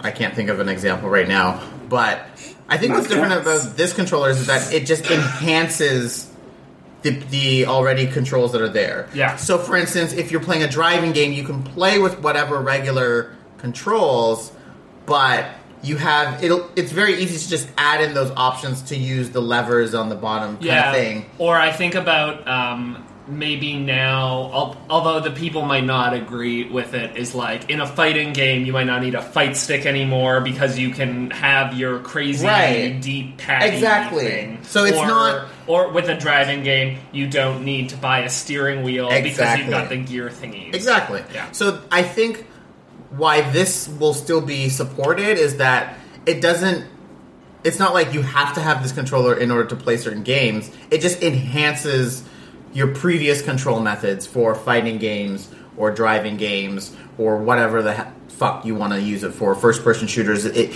Speaker 1: I can't think of an example right now, but I think what's different
Speaker 3: Mudcats.
Speaker 1: about this controller is that it just enhances the, the already controls that are there.
Speaker 2: Yeah.
Speaker 1: So, for instance, if you're playing a driving game, you can play with whatever regular controls, but you have it'll. It's very easy to just add in those options to use the levers on the bottom kind
Speaker 2: yeah.
Speaker 1: of thing.
Speaker 2: Or I think about um, maybe now, al- although the people might not agree with it, is like in a fighting game, you might not need a fight stick anymore because you can have your crazy
Speaker 1: Right.
Speaker 2: deep patty
Speaker 1: Exactly.
Speaker 2: thing.
Speaker 1: So it's
Speaker 2: or,
Speaker 1: not-
Speaker 2: Or with a driving game, you don't need to buy a steering wheel because you've
Speaker 1: Exactly.
Speaker 2: got the gear thingies.
Speaker 1: Exactly.
Speaker 2: Yeah.
Speaker 1: So I think why this will still be supported is that it doesn't. It's not like you have to have this controller in order to play certain games. It just enhances your previous control methods for fighting games or driving games or whatever the he- fuck you want to use it for. First person shooters. It.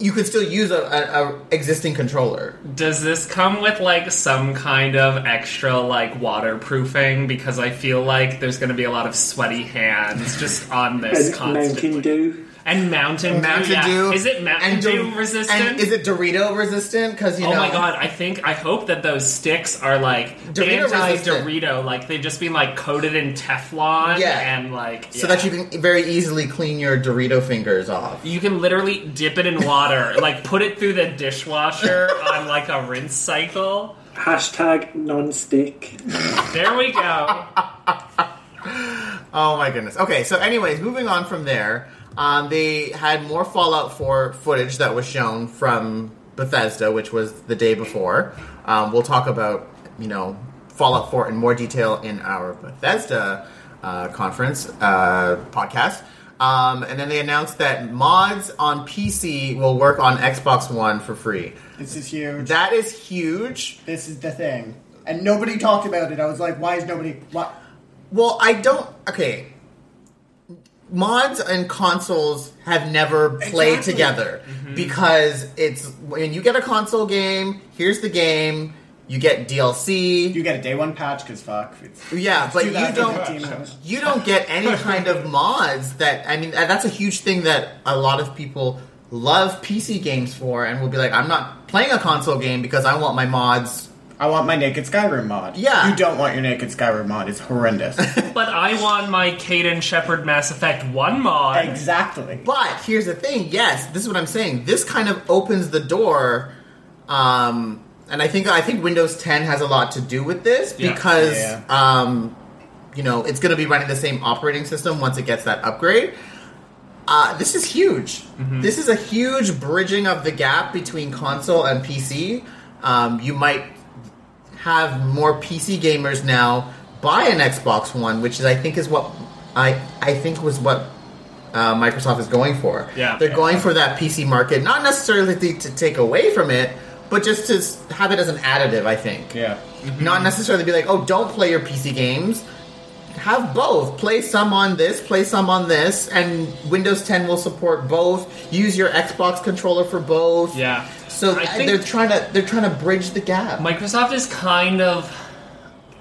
Speaker 1: You could still use a, a, a existing controller.
Speaker 2: Does this come with like some kind of extra like waterproofing? Because I feel like there's going to be a lot of sweaty hands just on this
Speaker 3: And
Speaker 2: constantly.
Speaker 3: Mountain Dew.
Speaker 2: and Mountain,
Speaker 1: Mountain
Speaker 2: Dew. yeah.
Speaker 1: Dew.
Speaker 2: Is it Mountain
Speaker 1: and
Speaker 2: Dew
Speaker 1: Dor-
Speaker 2: resistant?
Speaker 1: And is it Dorito resistant? Because you
Speaker 2: oh
Speaker 1: know,
Speaker 2: my god! I think I hope that those sticks are like
Speaker 1: Dorito
Speaker 2: anti
Speaker 1: resistant.
Speaker 2: Dorito, like they've just been like coated in Teflon,
Speaker 1: Yeah.
Speaker 2: and like
Speaker 1: so
Speaker 2: yeah.
Speaker 1: that you can very easily clean your Dorito fingers off.
Speaker 2: You can literally dip it in water, like put it through the dishwasher on like a rinse cycle.
Speaker 3: Hashtag non-stick.
Speaker 2: There we go.
Speaker 1: Oh my goodness. Okay, so anyways, moving on from there, um, they had more Fallout 4 footage that was shown from Bethesda, which was the day before. Um, we'll talk about you know Fallout 4 in more detail in our Bethesda uh, conference uh, podcast. Um, and then they announced that mods on PC will work on Xbox One for free.
Speaker 4: This is huge.
Speaker 1: That is huge.
Speaker 4: This is the thing. And nobody talked about it. I was like, why is nobody. Why?
Speaker 1: Well, I don't. Okay. Mods and consoles have never played
Speaker 4: Exactly.
Speaker 1: together because it's when you get a console game, here's the game, you get DLC.
Speaker 4: You get a day one patch because fuck. It's
Speaker 1: yeah, but you
Speaker 4: 2015.
Speaker 1: don't you don't get any kind of mods that I mean and that's a huge thing that a lot of people love PC games for and will be like I'm not playing a console game because I want my mods.
Speaker 4: I want my naked Skyrim mod.
Speaker 1: Yeah.
Speaker 4: You don't want your naked Skyrim mod. It's horrendous.
Speaker 2: But I want my Caden Shepherd Mass Effect 1 mod.
Speaker 4: exactly.
Speaker 1: But here's the thing. Yes, this is what I'm saying. This kind of opens the door, um, and I think I think Windows 10 has a lot to do with this
Speaker 2: Yeah.
Speaker 1: because
Speaker 4: Yeah.
Speaker 1: Um, you know it's going to be running the same operating system once it gets that upgrade. Uh, this is huge.
Speaker 4: Mm-hmm.
Speaker 1: This is a huge bridging of the gap between console and PC. Um, you might have more PC gamers now buy an Xbox One, which is I think is what I I think was what uh, Microsoft is going for.
Speaker 2: Yeah.
Speaker 1: they're going for that PC market, not necessarily to, to take away from it, but just to s- have it as an additive. I think Mm-hmm.
Speaker 4: Yeah.
Speaker 1: not necessarily be like, oh, don't play your PC games. Have both. Play some on this, play some on this, and Windows 10 will support both. Use your Xbox controller for both.
Speaker 2: Yeah.
Speaker 1: So
Speaker 2: I
Speaker 1: th-
Speaker 2: think-
Speaker 1: they're trying to they're trying to bridge the gap.
Speaker 2: Microsoft is kind of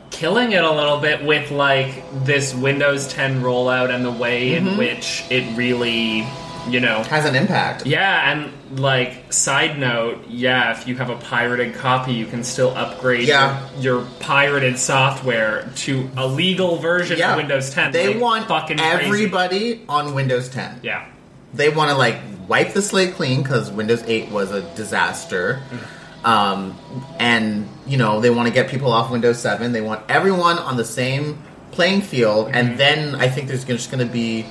Speaker 2: killing it a little bit with like this Windows 10 rollout and the way
Speaker 1: Mm-hmm.
Speaker 2: in which it really, you know,
Speaker 1: has an impact.
Speaker 2: Yeah, and like side note, yeah, if you have a pirated copy, you can still upgrade
Speaker 1: Yeah.
Speaker 2: your, your pirated software to a legal version of Windows 10.
Speaker 1: They
Speaker 2: Like,
Speaker 1: want
Speaker 2: fucking crazy.
Speaker 1: everybody on Windows 10.
Speaker 2: Yeah,
Speaker 1: They want to like wipe the slate clean because Windows 8 was a disaster.
Speaker 2: Mm.
Speaker 1: Um, and you know they want to get people off Windows 7. They want everyone on the same playing field,
Speaker 2: Mm-hmm.
Speaker 1: and then I think there's just going to be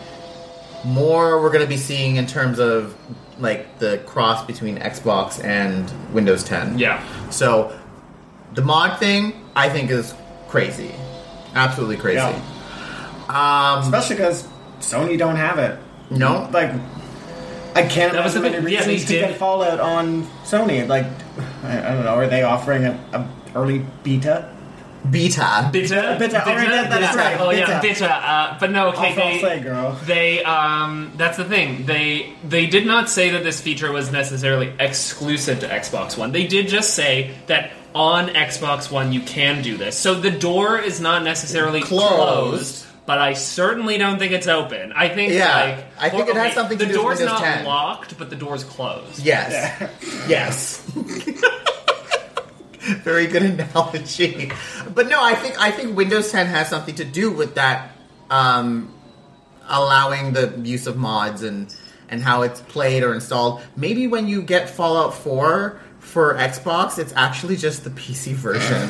Speaker 1: more we're going to be seeing in terms of like the cross between Xbox and Windows 10.
Speaker 2: yeah.
Speaker 1: So the mod thing I think is crazy, absolutely crazy. Um,
Speaker 4: Yeah. Especially because Sony don't have it.
Speaker 1: no,
Speaker 4: Like, I can't
Speaker 2: That was the
Speaker 4: imagine many
Speaker 2: big- yeah, they
Speaker 4: reasons to
Speaker 2: did.
Speaker 4: get Fallout on Sony. Like, I, I don't know. Are they offering an a early beta?
Speaker 1: beta.
Speaker 2: Bitter,
Speaker 4: Bitter, all right, that- that's right,
Speaker 2: Oh yeah,
Speaker 4: bitter.
Speaker 2: bitter. Uh, but no, okay,
Speaker 4: Off I'll
Speaker 2: they,
Speaker 4: say, girl.
Speaker 2: They um that's the thing. They they did not say that this feature was necessarily exclusive to Xbox One. They did just say that on Xbox One you can do this. So the door is not necessarily
Speaker 1: Closed.
Speaker 2: closed. but I certainly don't think it's open. I think
Speaker 1: Yeah,
Speaker 2: like
Speaker 1: I think
Speaker 2: or-
Speaker 1: it has
Speaker 2: okay,
Speaker 1: something to
Speaker 2: the
Speaker 1: do with
Speaker 2: door's
Speaker 1: Windows
Speaker 2: not
Speaker 1: 10.
Speaker 2: locked, but the door's closed.
Speaker 1: Yes.
Speaker 4: Yeah.
Speaker 1: Yes. Very good analogy. But no, I think I think Windows 10 has something to do with that um, allowing the use of mods and and how it's played or installed. Maybe when you get Fallout 4 for Xbox, it's actually just the PC version.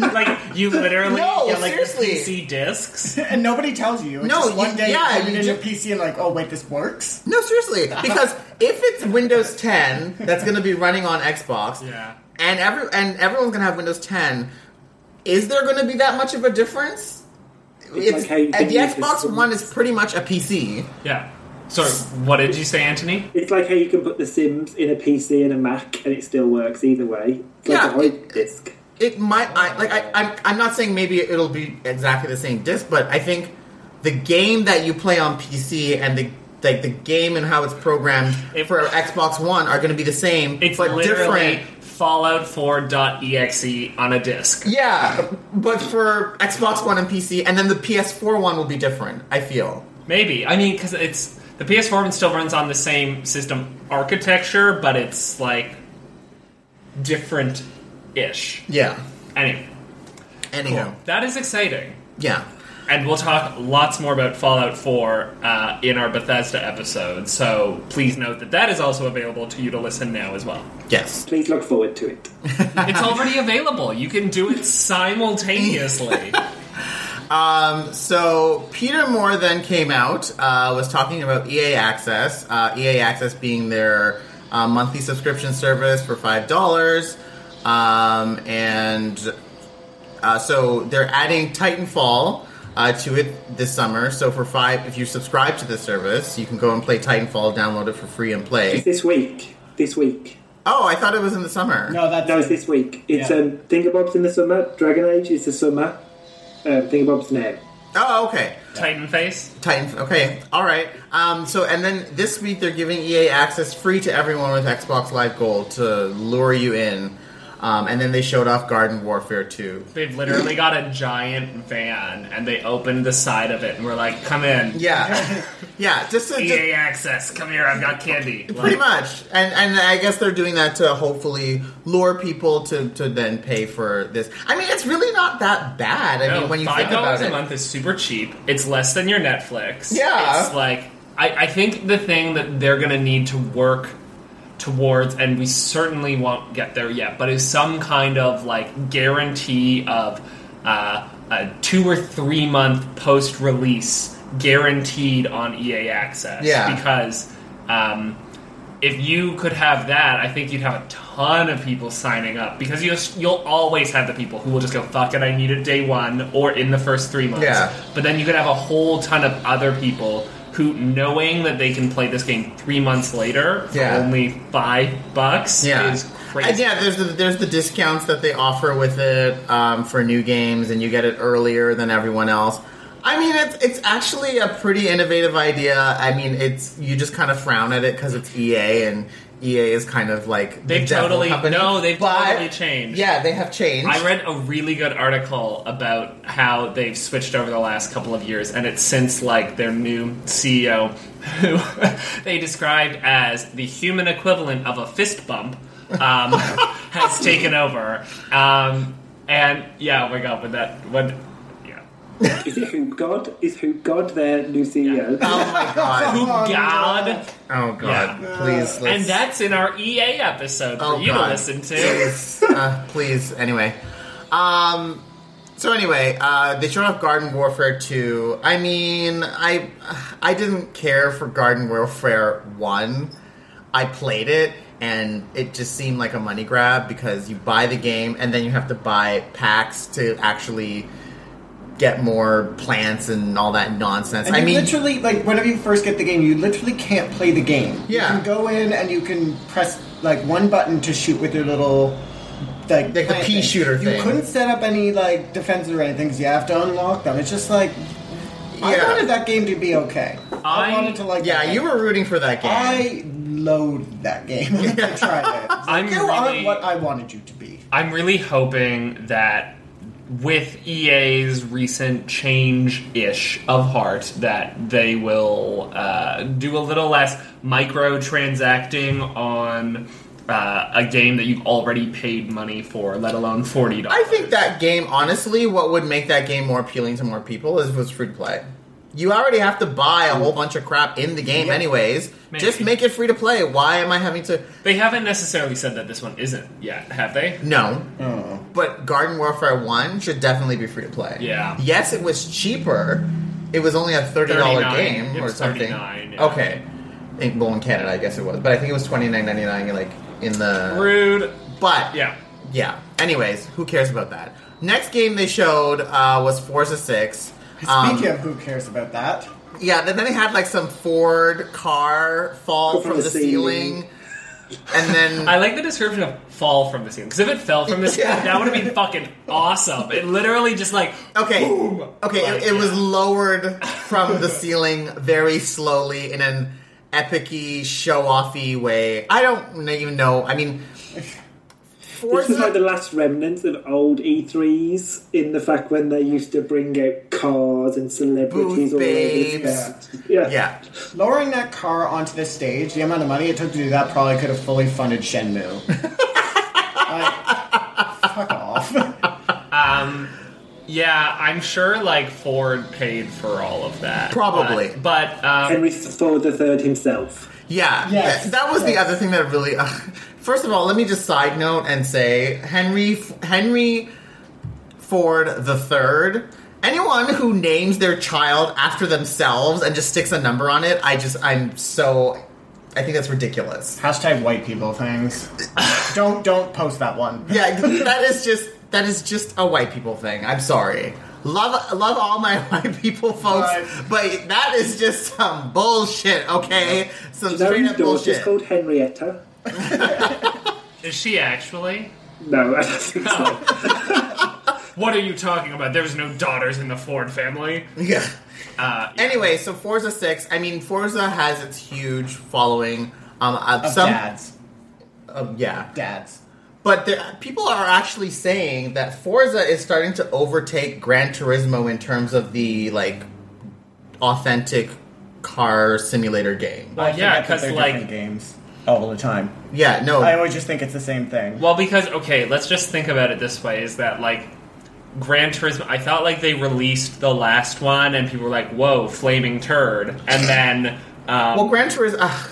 Speaker 2: like you literally
Speaker 1: No,
Speaker 2: get like the
Speaker 1: seriously.
Speaker 2: PC discs.
Speaker 4: And nobody tells you. It's
Speaker 1: No,
Speaker 4: just one
Speaker 1: you-
Speaker 4: day
Speaker 1: yeah,
Speaker 4: you put
Speaker 1: you
Speaker 4: it in
Speaker 1: ju-
Speaker 4: your PC and like, oh wait, this works.
Speaker 1: no, seriously, because if it's Windows 10 that's going to be running on Xbox,
Speaker 2: Yeah.
Speaker 1: and every and everyone's gonna have Windows 10. Is there gonna be that much of a difference? It's,
Speaker 3: like how you
Speaker 1: and the
Speaker 3: can use
Speaker 1: Xbox
Speaker 3: this-
Speaker 1: One is pretty much a PC.
Speaker 2: Yeah. So what did you say, Anthony?
Speaker 3: It's like how you can put The Sims in a PC and a Mac and it still works either way. It's like
Speaker 1: Yeah,
Speaker 3: a hard
Speaker 1: it-
Speaker 3: disk.
Speaker 1: It might I, like I, I'm I'm not saying maybe it'll be exactly the same disc, but I think the game that you play on PC and the like the game and how it's programmed
Speaker 2: It-
Speaker 1: for Xbox One are going to be the same,
Speaker 2: It's
Speaker 1: but
Speaker 2: literally
Speaker 1: different.
Speaker 2: Fallout 4.exe E on a disc.
Speaker 1: Yeah, but for Xbox One and PC, and then the PS4 one will be different. I feel.
Speaker 2: Maybe. I mean, because it's The PS4 one still runs on the same system architecture, but it's like different ish.
Speaker 1: Yeah.
Speaker 2: Anyway,
Speaker 1: Anyhow.
Speaker 2: that is exciting.
Speaker 1: Yeah.
Speaker 2: And we'll talk lots more about Fallout 4 uh, in our Bethesda episode, so please note that that is also available to you to listen now as well.
Speaker 1: Yes.
Speaker 3: Please look forward to it.
Speaker 2: It's already available. You can do it simultaneously.
Speaker 1: So Peter Moore then came out, uh, was talking about EA Access. Uh, EA Access being their uh, monthly subscription service for five dollars, um, and uh, so they're adding Titanfall uh, to it this summer. So for five, if you subscribe to the service, you can go and play Titanfall, download it for free, and
Speaker 3: It's
Speaker 1: play.
Speaker 3: this week. This week.
Speaker 1: Oh, I thought it was in the summer.
Speaker 4: No, that's
Speaker 3: No, it's this week. It's
Speaker 4: Yeah.
Speaker 3: um, Thingamabob's in the summer. Dragon Age is the summer. Um, Thingamabob's now.
Speaker 1: Oh, okay.
Speaker 2: Titan face.
Speaker 1: Titan. Okay, all right. Um, so, and then this week they're giving EA access free to everyone with Xbox Live Gold to lure you in. Um, and then they showed off Garden Warfare 2.
Speaker 2: They've literally got a giant van and they opened the side of it and we're like, come in. E
Speaker 1: Yeah, yeah. Just, to, just-
Speaker 2: EA access. Come here, I've got candy.
Speaker 1: pretty
Speaker 2: Like,
Speaker 1: much. And and I guess they're doing that to hopefully lure people to to then pay for this. I mean, it's really not that bad. I
Speaker 2: no,
Speaker 1: mean, when you
Speaker 2: five
Speaker 1: think about
Speaker 2: dollars a
Speaker 1: it,
Speaker 2: month is super cheap. It's less than your Netflix.
Speaker 1: Yeah.
Speaker 2: It's like I, I think the thing that they're gonna need to work towards and we certainly won't get there yet, but is some kind of like guarantee of uh, a two or three month post release guaranteed on EA access.
Speaker 1: Yeah.
Speaker 2: Because um if you could have that, I think you'd have a ton of people signing up because you you'll always have the people who will just go fuck it, I need it day one or in the first three months.
Speaker 1: Yeah.
Speaker 2: But then you could have a whole ton of other people who, knowing that they can play this game three months later for
Speaker 1: Yeah.
Speaker 2: only five bucks,
Speaker 1: yeah.
Speaker 2: is crazy.
Speaker 1: And yeah, there's the, there's the discounts that they offer with it um, for new games, and you get it earlier than everyone else. I mean, it's it's actually a pretty innovative idea. I mean, it's you just kind of frown at it because it's EA, and EA is kind of like the
Speaker 2: They've
Speaker 1: devil
Speaker 2: totally-
Speaker 1: company.
Speaker 2: no, they've
Speaker 1: But-
Speaker 2: totally changed.
Speaker 1: Yeah, they have changed.
Speaker 2: I read a really good article about how they've switched over the last couple of years, and it's since like their new CEO, who they described as the human equivalent of a fist bump, um, has taken over. Um, and yeah, oh my god, when that when yeah,
Speaker 3: Is it Who God? Is Who God their new E CEO?
Speaker 1: oh my god!
Speaker 2: who god,
Speaker 1: Oh god!
Speaker 2: Yeah.
Speaker 1: Please, let's,
Speaker 2: and that's in our EA episode for
Speaker 1: oh
Speaker 2: you
Speaker 1: god!
Speaker 2: to listen to.
Speaker 1: Please, uh, please. Anyway, um, so anyway, uh, they showed off Garden Warfare two. I mean, I I didn't care for Garden Warfare one. I played it, and it just seemed like a money grab because you buy the game and then you have to buy packs to actually get more plants and all that nonsense.
Speaker 4: And
Speaker 1: I
Speaker 4: you
Speaker 1: mean,
Speaker 4: literally, like, whenever you first get the game, you literally can't play the game.
Speaker 1: Yeah.
Speaker 4: You can go in and you can press, like, one button to shoot with your little. Like,
Speaker 1: the
Speaker 4: plant
Speaker 1: pea shooter thing.
Speaker 4: You couldn't set up any, like, defenses or anything 'cause you have to unlock them. It's just like.
Speaker 1: Yeah.
Speaker 4: I wanted that game to be okay. I,
Speaker 2: I-
Speaker 4: wanted to like. that
Speaker 1: yeah,
Speaker 4: game.
Speaker 1: you were rooting for that game.
Speaker 4: I loathed that game. when I tried it.
Speaker 2: I'm
Speaker 4: you aren't
Speaker 2: really-
Speaker 4: what I wanted you to be.
Speaker 2: I'm really hoping that with EA's recent change ish of heart, that they will uh, do a little less micro-transacting on uh, a game that you've already paid money for, let alone forty dollars.
Speaker 1: I think that game, honestly, what would make that game more appealing to more people is was free to play. You already have to buy a whole bunch of crap in the game, anyways.
Speaker 2: Maybe.
Speaker 1: Just make it free to play. Why am I having to?
Speaker 2: they haven't necessarily said that this one isn't yet, have they?
Speaker 1: No,
Speaker 4: Oh.
Speaker 1: but Garden Warfare One should definitely be free to play.
Speaker 2: Yeah.
Speaker 1: Yes, it was cheaper. It was only a thirty dollar
Speaker 2: 39.
Speaker 1: game
Speaker 2: It
Speaker 1: or
Speaker 2: was
Speaker 1: something.
Speaker 2: 39, yeah.
Speaker 1: Okay. In, well, in Canada, I guess it was, but I think it was twenty nine ninety nine. Like in the
Speaker 2: Rude.
Speaker 1: but
Speaker 2: Yeah.
Speaker 1: yeah. Anyways, who cares about that? Next game they showed uh, was Forza Six. Um,
Speaker 4: Speaking of who cares about that,
Speaker 1: Yeah, and then they had like some Ford car fall
Speaker 3: Go
Speaker 1: from, the, ceiling. And then
Speaker 2: I like the description of fall from the ceiling because if it fell from the ceiling,
Speaker 1: Yeah.
Speaker 2: that would have been fucking awesome. It literally just like
Speaker 1: okay,
Speaker 2: boom.
Speaker 1: okay,
Speaker 2: Like,
Speaker 1: it, it was
Speaker 2: yeah.
Speaker 1: lowered from the ceiling very slowly in an epic-y, show-offy way. I don't even know. I mean, Forza-
Speaker 3: This is like the last remnants of old E3s in the fact when they used to bring out cars and celebrities
Speaker 1: Booth
Speaker 3: all over
Speaker 1: babes.
Speaker 3: this band. Yeah.
Speaker 1: Yeah.
Speaker 4: Lowering that car onto the stage, the amount of money it took to do that probably could have fully funded Shenmue. Like, fuck off.
Speaker 2: Yeah, I'm sure like Ford paid for all of that.
Speaker 1: Probably.
Speaker 2: But, but um,
Speaker 3: Henry Ford III himself.
Speaker 1: Yeah,
Speaker 4: Yes.
Speaker 1: that, that was the
Speaker 4: Yes.
Speaker 1: other thing that really. Uh, first of all, let me just side note and say Henry Henry Ford the Third. Anyone who names their child after themselves and just sticks a number on it, I just I'm so. I think that's ridiculous.
Speaker 4: Hashtag white people things. don't don't post that one.
Speaker 1: Yeah, that is just that is just a white people thing. I'm sorry. Love love all my white people folks,
Speaker 4: Right.
Speaker 1: but that is just some bullshit. Okay, some
Speaker 3: No,
Speaker 1: straight
Speaker 3: his
Speaker 1: up
Speaker 3: daughter's
Speaker 1: bullshit.
Speaker 3: called Henrietta.
Speaker 2: is she actually?
Speaker 3: No, I don't think so.
Speaker 2: What are you talking about? There's no daughters in the Ford family.
Speaker 1: Yeah.
Speaker 2: Uh,
Speaker 1: Anyway, so Forza Six. I mean, Forza has its huge following. Um, uh,
Speaker 4: Of
Speaker 1: some,
Speaker 4: dads.
Speaker 1: uh, yeah,
Speaker 4: Dads.
Speaker 1: but there, people are actually saying that Forza is starting to overtake Gran Turismo in terms of the like authentic car simulator game.
Speaker 2: Well,
Speaker 4: I
Speaker 2: yeah,
Speaker 4: forget that
Speaker 2: because
Speaker 4: they're
Speaker 2: like,
Speaker 4: different games all the time.
Speaker 1: Yeah, no,
Speaker 4: I always just think it's the same thing.
Speaker 2: well, because okay, let's just think about it this way: is that like Gran Turismo? I felt like they released the last one, and people were like, "Whoa, flaming turd!" And then, um,
Speaker 1: well, Gran Turismo. Uh,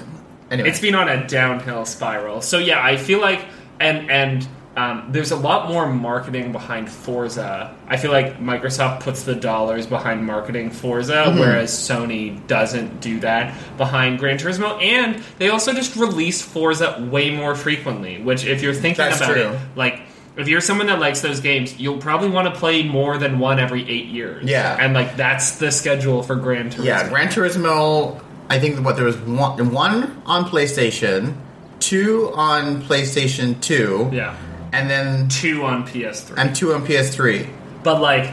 Speaker 1: anyway,
Speaker 2: it's been on a downhill spiral. So yeah, I feel like and and um, there's a lot more marketing behind Forza. I feel like Microsoft puts the dollars behind marketing Forza,
Speaker 1: Mm-hmm.
Speaker 2: whereas Sony doesn't do that behind Gran Turismo. And they also just release Forza way more frequently. Which, if you're thinking
Speaker 1: That's
Speaker 2: about
Speaker 1: true.
Speaker 2: it, like. If you're someone that likes those games, you'll probably want to play more than one every eight years.
Speaker 1: Yeah.
Speaker 2: and like that's the schedule for Gran Turismo.
Speaker 1: yeah, Gran Turismo. I think what there was one, one on PlayStation, two on PlayStation Two,
Speaker 2: yeah,
Speaker 1: and then
Speaker 2: two on PS3.
Speaker 1: and two on PS3.
Speaker 2: But like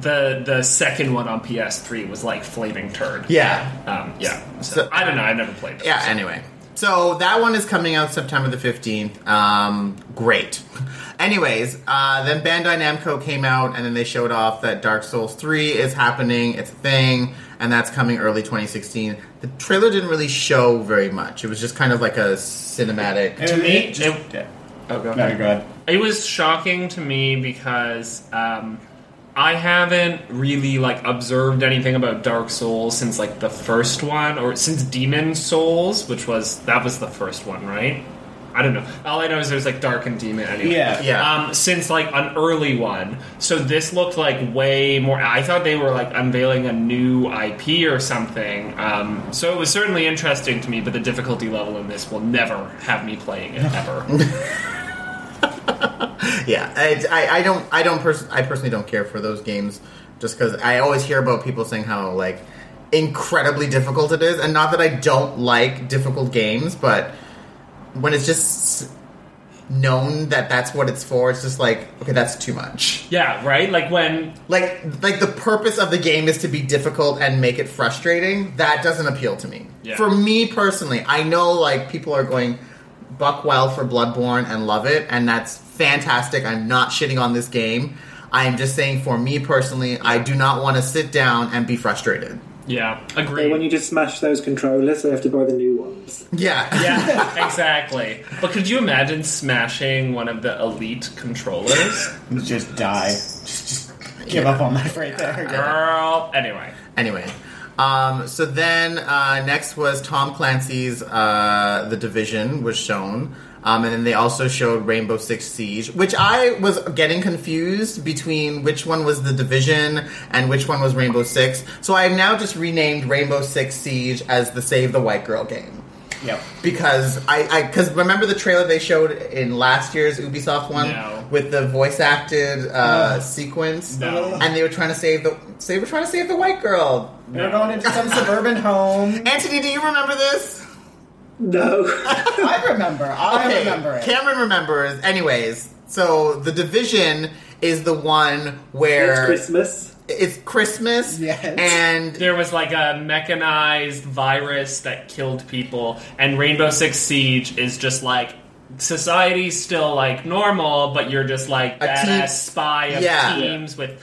Speaker 2: the the second one on PS3 was like flaming turd.
Speaker 1: Yeah.
Speaker 2: Um, yeah.
Speaker 1: So-
Speaker 2: So, I don't know. I never played. Those.
Speaker 1: Yeah, anyway. So that one is coming out September the 15th. Um, great. Anyways, uh, then Bandai Namco came out and then they showed off that Dark Souls 3 is happening, it's a thing, and that's coming early 2016. The trailer didn't really show very much. It was just kind of like a cinematic.
Speaker 4: To
Speaker 2: me, it-
Speaker 4: yeah.
Speaker 1: Oh, go
Speaker 4: no, you're good.
Speaker 2: It was shocking to me because um, I haven't really like observed anything about Dark Souls since like the first one, or since Demon Souls, which was that was the first one, right? I don't know. All I know is there's like Dark and Demon. Anyway.
Speaker 4: Yeah.
Speaker 1: Yeah.
Speaker 2: um, since like an early one. So this looked like way more. I thought they were like unveiling a new IP or something. Um, so it was certainly interesting to me, but the difficulty level in this will never have me playing it ever.
Speaker 1: yeah, I, I, I don't, I don't, pers- I personally don't care for those games, just because I always hear about people saying how like incredibly difficult it is, and not that I don't like difficult games, but when it's just s- known that that's what it's for, it's just like okay, that's too much.
Speaker 2: yeah, right. Like when
Speaker 1: Like, like the purpose of the game is to be difficult and make it frustrating. That doesn't appeal to me.
Speaker 2: Yeah.
Speaker 1: For me personally, I know like people are going buck wild for Bloodborne and love it, and that's fantastic. I'm not shitting on this game. I'm just saying, for me personally, I do not want to sit down and be frustrated.
Speaker 2: yeah,
Speaker 3: So when
Speaker 2: agree.
Speaker 3: you just smash those controllers, they have to buy the new ones.
Speaker 1: Yeah,
Speaker 2: yeah, exactly. But could you imagine smashing one of the elite controllers,
Speaker 4: Just die. Just, just give up on life right there.
Speaker 2: girl? Anyway,
Speaker 1: Anyway, um, so then uh, next was Tom Clancy's uh, The Division was shown. Um, and then they also showed Rainbow Six Siege, which I was getting confused between which one was The Division and which one was Rainbow Six. So I have now just renamed Rainbow Six Siege as the Save the White Girl game.
Speaker 4: Yep.
Speaker 1: Because I, because remember the trailer they showed in last year's Ubisoft one
Speaker 2: No.
Speaker 1: with the voice acted uh, sequence,
Speaker 2: No.
Speaker 1: and they were trying to save the, they were trying to save the white girl.
Speaker 4: They're going into some suburban home.
Speaker 1: Anthony, do you remember this?
Speaker 3: No.
Speaker 4: I remember. I remember it.
Speaker 1: Cameron remembers. Anyways, so the division is the one where
Speaker 3: it's Christmas.
Speaker 1: it's Christmas
Speaker 4: Yes.
Speaker 1: and
Speaker 2: there was like a mechanized virus that killed people, and Rainbow Six Siege is just like society's still like normal, but you're just like
Speaker 1: A
Speaker 2: badass
Speaker 1: team-
Speaker 2: spy of
Speaker 1: Yeah.
Speaker 2: teams with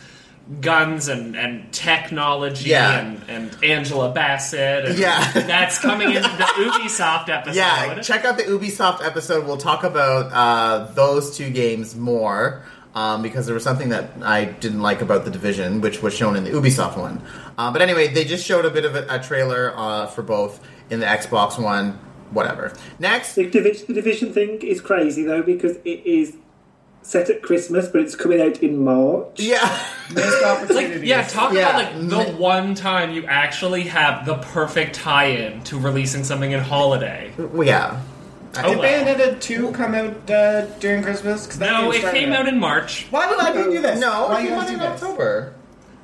Speaker 2: guns and, and technology
Speaker 1: Yeah.
Speaker 2: and, and Angela Bassett. And
Speaker 1: Yeah.
Speaker 2: That's coming into the Ubisoft episode.
Speaker 1: Yeah, check out the Ubisoft episode. We'll talk about uh, those two games more um, because there was something that I didn't like about the division, which was shown in the Ubisoft one. Uh, but anyway, they just showed a bit of a, a trailer uh, for both in the Xbox one. Whatever. Next,
Speaker 3: The division, the division thing is crazy though because it is set at Christmas, but it's coming out in March.
Speaker 1: yeah,
Speaker 4: Missed
Speaker 2: Like,
Speaker 4: opportunities.
Speaker 2: yeah, talk
Speaker 1: Yeah.
Speaker 2: about like the one time you actually have the perfect tie-in to releasing something in holiday.
Speaker 1: Well, yeah.
Speaker 2: Oh,
Speaker 4: Did
Speaker 2: well.
Speaker 4: Bayonetta 2 come out uh, during Christmas? 'Cause that
Speaker 2: No,
Speaker 4: game
Speaker 2: it
Speaker 4: started
Speaker 2: came out in March.
Speaker 4: Why would I do this?
Speaker 1: No,
Speaker 4: Why
Speaker 1: it
Speaker 4: you
Speaker 1: came
Speaker 4: guys
Speaker 1: out
Speaker 4: do
Speaker 1: in
Speaker 4: this?
Speaker 1: October.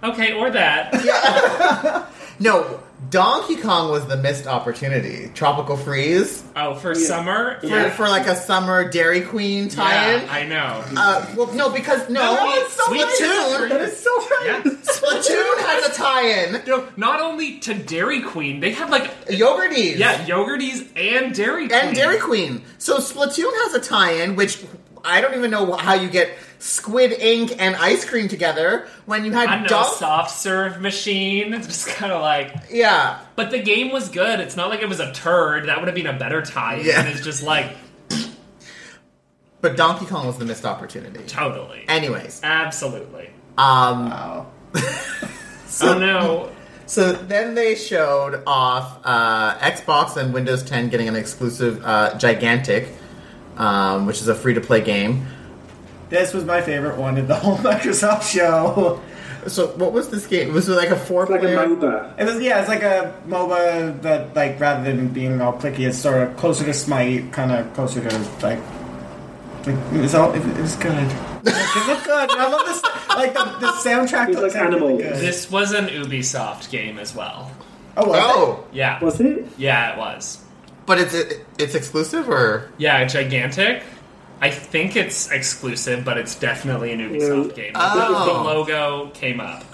Speaker 2: Okay, or that.
Speaker 1: No, Donkey Kong was the missed opportunity. Tropical Freeze
Speaker 2: Oh, for summer. For,
Speaker 1: for, for like a summer Dairy Queen tie-in.
Speaker 2: yeah, I know.
Speaker 1: Uh, well, no, because no,
Speaker 2: No, we- we
Speaker 1: Splatoon.
Speaker 2: too. That is
Speaker 1: so right.
Speaker 2: Yeah.
Speaker 1: Splatoon has a tie-in.
Speaker 2: No, Not only to Dairy Queen, they have like
Speaker 1: Yogurties.
Speaker 2: yeah, yogurties and Dairy Queen.
Speaker 1: And Dairy Queen. So Splatoon has a tie-in, which I don't even know how you get Squid Ink and ice cream together when you
Speaker 2: I
Speaker 1: had
Speaker 2: don't know,
Speaker 1: Donkey.
Speaker 2: soft serve machine. It's just kind of like,
Speaker 1: Yeah.
Speaker 2: but the game was good. It's not like it was a turd. That would have been a better tie-in.
Speaker 1: Yeah.
Speaker 2: It's just like
Speaker 1: But Donkey Kong was the missed opportunity.
Speaker 2: totally,
Speaker 1: Anyways,
Speaker 2: absolutely.
Speaker 1: um,
Speaker 4: Wow.
Speaker 2: So no,
Speaker 1: So then they showed off uh, Xbox and Windows 10 getting an exclusive uh, Gigantic, um, which is a free to play game.
Speaker 4: This was my favorite one of the whole Microsoft show.
Speaker 1: So what was this game? Was it like a four
Speaker 3: It's like a
Speaker 1: player?
Speaker 3: MOBA.
Speaker 4: It was yeah, it's like a MOBA that like rather than being all clicky, it's sort of closer to Smite, kind of closer to like. Like, it was all. It, it was good. It looked good. I love this. Like the, the soundtrack. It's
Speaker 3: like
Speaker 4: looked really
Speaker 3: animals.
Speaker 4: good.
Speaker 2: this was an Ubisoft game as well.
Speaker 4: Oh, was it?
Speaker 1: oh,
Speaker 2: Yeah,
Speaker 3: Was it?
Speaker 2: yeah, it was.
Speaker 1: but it's it's exclusive or
Speaker 2: Yeah, gigantic. I think it's exclusive, but it's definitely an Ubisoft
Speaker 3: Mm.
Speaker 2: game.
Speaker 1: Oh.
Speaker 2: The logo came up.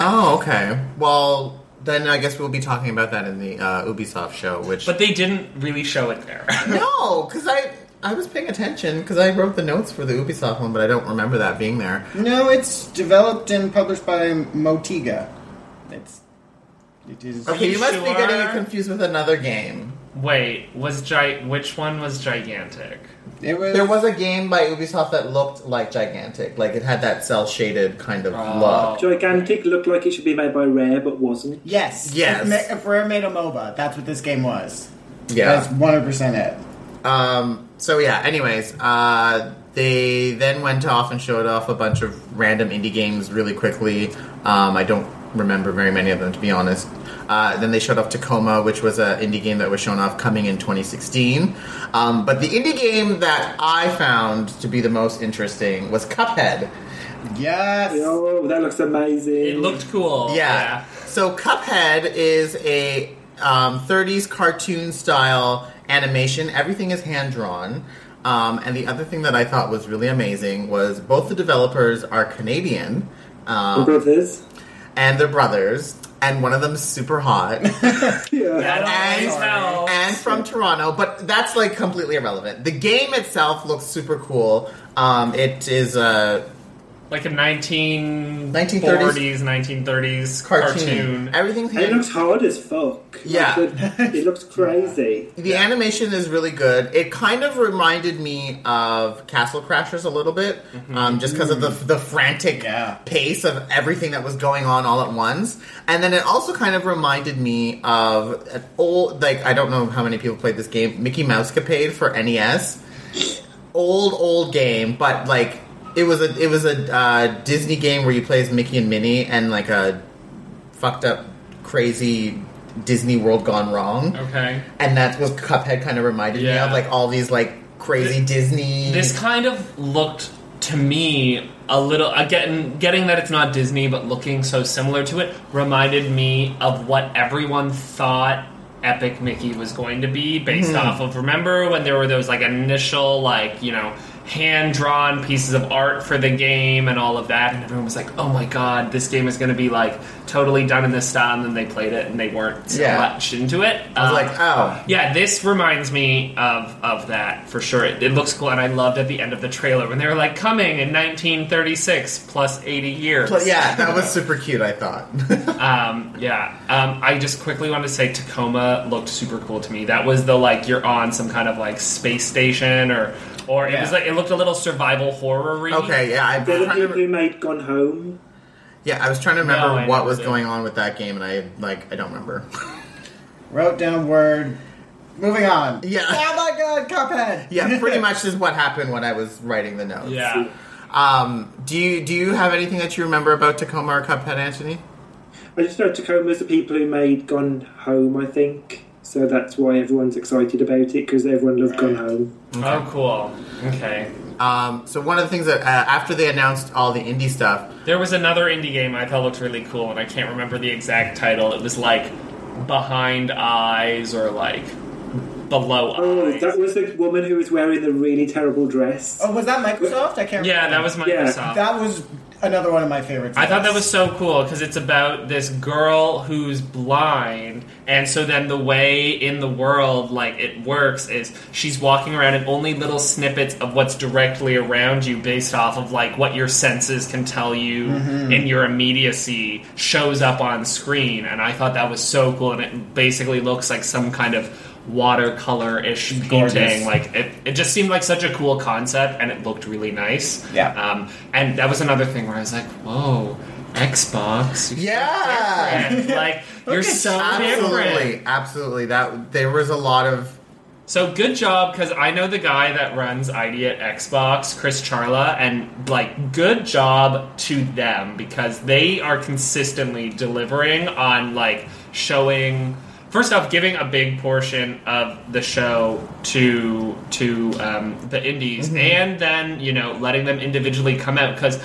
Speaker 1: oh okay. Well, then I guess we'll be talking about that in the uh, Ubisoft show. Which
Speaker 2: But they didn't really show it there.
Speaker 1: no, because I I was paying attention because I wrote the notes for the Ubisoft one, but I don't remember that being there.
Speaker 4: No, it's developed and published by Motiga. It's. It is.
Speaker 1: Okay, you,
Speaker 2: you
Speaker 1: must be
Speaker 2: sure?
Speaker 1: getting it confused with another game.
Speaker 2: Wait, was gi- which one was gigantic?
Speaker 4: It was.
Speaker 1: There was a game by Ubisoft that looked like gigantic, like it had that cell shaded kind of
Speaker 2: Oh.
Speaker 1: look.
Speaker 3: Gigantic looked like it should be made by Rare, but wasn't.
Speaker 4: Yes.
Speaker 1: Yes.
Speaker 4: If, Ma- if Rare made a MOBA, that's what this game was. That's
Speaker 1: Yeah.
Speaker 4: 100% it.
Speaker 1: Um, so yeah. Anyways, uh, they then went off and showed off a bunch of random indie games really quickly. Um, I don't remember very many of them to be honest. Uh, then they showed off Tacoma, which was an indie game that was shown off coming in 2016. Um, but the indie game that I found to be the most interesting was Cuphead.
Speaker 4: Yes.
Speaker 3: Oh, that looks amazing.
Speaker 2: It looked cool.
Speaker 1: Yeah. So Cuphead is a um, 30s cartoon style animation. Everything is hand drawn. Um, and the other thing that I thought was really amazing was both the developers are Canadian, um,
Speaker 3: Brothers.
Speaker 1: and they're brothers, and one of them's super hot
Speaker 3: Yeah.
Speaker 2: That always
Speaker 1: And-
Speaker 2: helps.
Speaker 1: and from Toronto, but that's like completely irrelevant. The game itself looks super cool. Um, it is a
Speaker 2: like a 1940s,
Speaker 1: 1930s
Speaker 2: 1930s
Speaker 1: cartoon.
Speaker 2: cartoon.
Speaker 1: Everything's
Speaker 3: And it
Speaker 1: hand-
Speaker 3: looks hard as fuck.
Speaker 1: Yeah.
Speaker 3: Like, it looks crazy.
Speaker 1: The animation is really good. It kind of reminded me of Castle Crashers a little bit, um, just because of the the frantic
Speaker 4: Yeah.
Speaker 1: pace of everything that was going on all at once. And then it also kind of reminded me of an old, like I don't know how many people played this game, Mickey Mouse Capade for NES. Old old game, but like it was a it was a uh, Disney game where you play as Mickey and Minnie and like a fucked up crazy Disney World gone wrong
Speaker 2: Okay.
Speaker 1: and that's what Cuphead kind of reminded me
Speaker 2: Yeah.
Speaker 1: of, like all these like crazy Disney.
Speaker 2: This kind of looked to me a little again getting that it's not Disney but looking so similar to it reminded me of what everyone thought
Speaker 1: Hmm.
Speaker 2: Epic Mickey was going to be based off of remember when there were those like initial like you know hand drawn pieces of art for the game and all of that. And everyone was like, "Oh my god, this game is going to be like totally done in this style." And then they played it and they weren't so
Speaker 1: Yeah.
Speaker 2: much into it.
Speaker 1: I was
Speaker 2: Um,
Speaker 1: like, oh,
Speaker 2: yeah, this reminds me of of that for sure. It, it looks cool, and I loved at the end of the trailer when they were like, "Coming in 1936 plus 80 years."
Speaker 1: but yeah, that was super cute. I thought.
Speaker 2: Um, yeah. Um, I just quickly wanted to say Tacoma looked super cool to me. That was the like you're on some kind of like space station or or it was
Speaker 4: Yeah.
Speaker 2: like it looked a little survival horror.
Speaker 1: okay, yeah, I,
Speaker 3: They're the
Speaker 1: trying to
Speaker 3: people who made Gone Home.
Speaker 1: Yeah, I was trying to
Speaker 2: No,
Speaker 1: remember
Speaker 2: I
Speaker 1: what
Speaker 2: never
Speaker 1: was
Speaker 2: did.
Speaker 1: going on with that game, and I like I don't remember.
Speaker 4: Wrote down word. Moving on.
Speaker 1: Yeah.
Speaker 4: Oh my god, Cuphead.
Speaker 1: yeah, pretty much is what happened when I was writing the notes.
Speaker 2: Yeah.
Speaker 1: Um, do you do you have anything that you remember about Tacoma or Cuphead, Anthony?
Speaker 3: I just know Tacoma's the people who made Gone Home, I think. So that's why everyone's excited about it because everyone loved Gone Home.
Speaker 2: Oh, cool. Okay.
Speaker 1: Um, so one of the things that uh, after they announced all the indie stuff,
Speaker 2: There was another indie game I thought looked really cool, and I can't remember the exact title. It was like Behind Eyes or like Below
Speaker 3: Oh,
Speaker 2: Eyes.
Speaker 3: that was the woman who was wearing the really terrible dress.
Speaker 4: Oh, was that Microsoft? I can't.
Speaker 2: yeah, that
Speaker 4: remember.
Speaker 2: was
Speaker 3: Yeah,
Speaker 2: Microsoft.
Speaker 4: That was another one of my favorites.
Speaker 2: I thought that was so cool because it's about this girl who's blind, and so then the way in the world like it works is she's walking around and only little snippets of what's directly around you, based off of like what your senses can tell you
Speaker 4: Mm-hmm.
Speaker 2: in your immediacy, shows up on screen. And I thought that was so cool, and it basically looks like some kind of watercolor ish
Speaker 4: Gorgeous.
Speaker 2: painting. Like it, it just seemed like such a cool concept, and it looked really nice.
Speaker 4: Yeah.
Speaker 2: Um, and that was another thing where I was like, whoa, Xbox. you're so
Speaker 1: Yeah.
Speaker 2: different. like, you're so
Speaker 1: absolutely,
Speaker 2: different.
Speaker 1: absolutely, that there was a lot of
Speaker 2: So good job, because I know the guy that runs ID at Xbox, Chris Charla, and like, good job to them because they are consistently delivering on like showing. First off, giving a big portion of the show to to um, the indies, and then you know letting them individually come out because a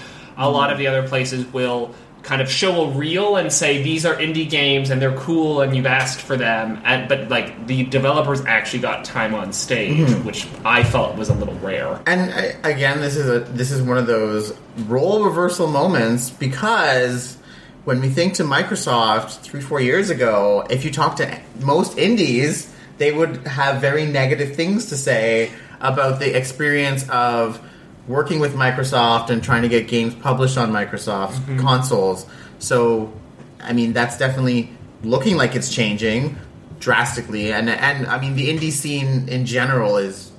Speaker 1: Mm-hmm.
Speaker 2: lot of the other places will kind of show a reel and say these are indie games and they're cool and you've asked for them and but like the developers actually got time on stage
Speaker 1: Mm-hmm.
Speaker 2: which i felt was a little rare
Speaker 1: And uh, again, this is a this is one of those role reversal moments because when we think to Microsoft three four years ago, if you talk to most indies, they would have very negative things to say about the experience of working with Microsoft and trying to get games published on Microsoft consoles. So, I mean, that's definitely looking like it's changing drastically. And and I mean, the indie scene in general is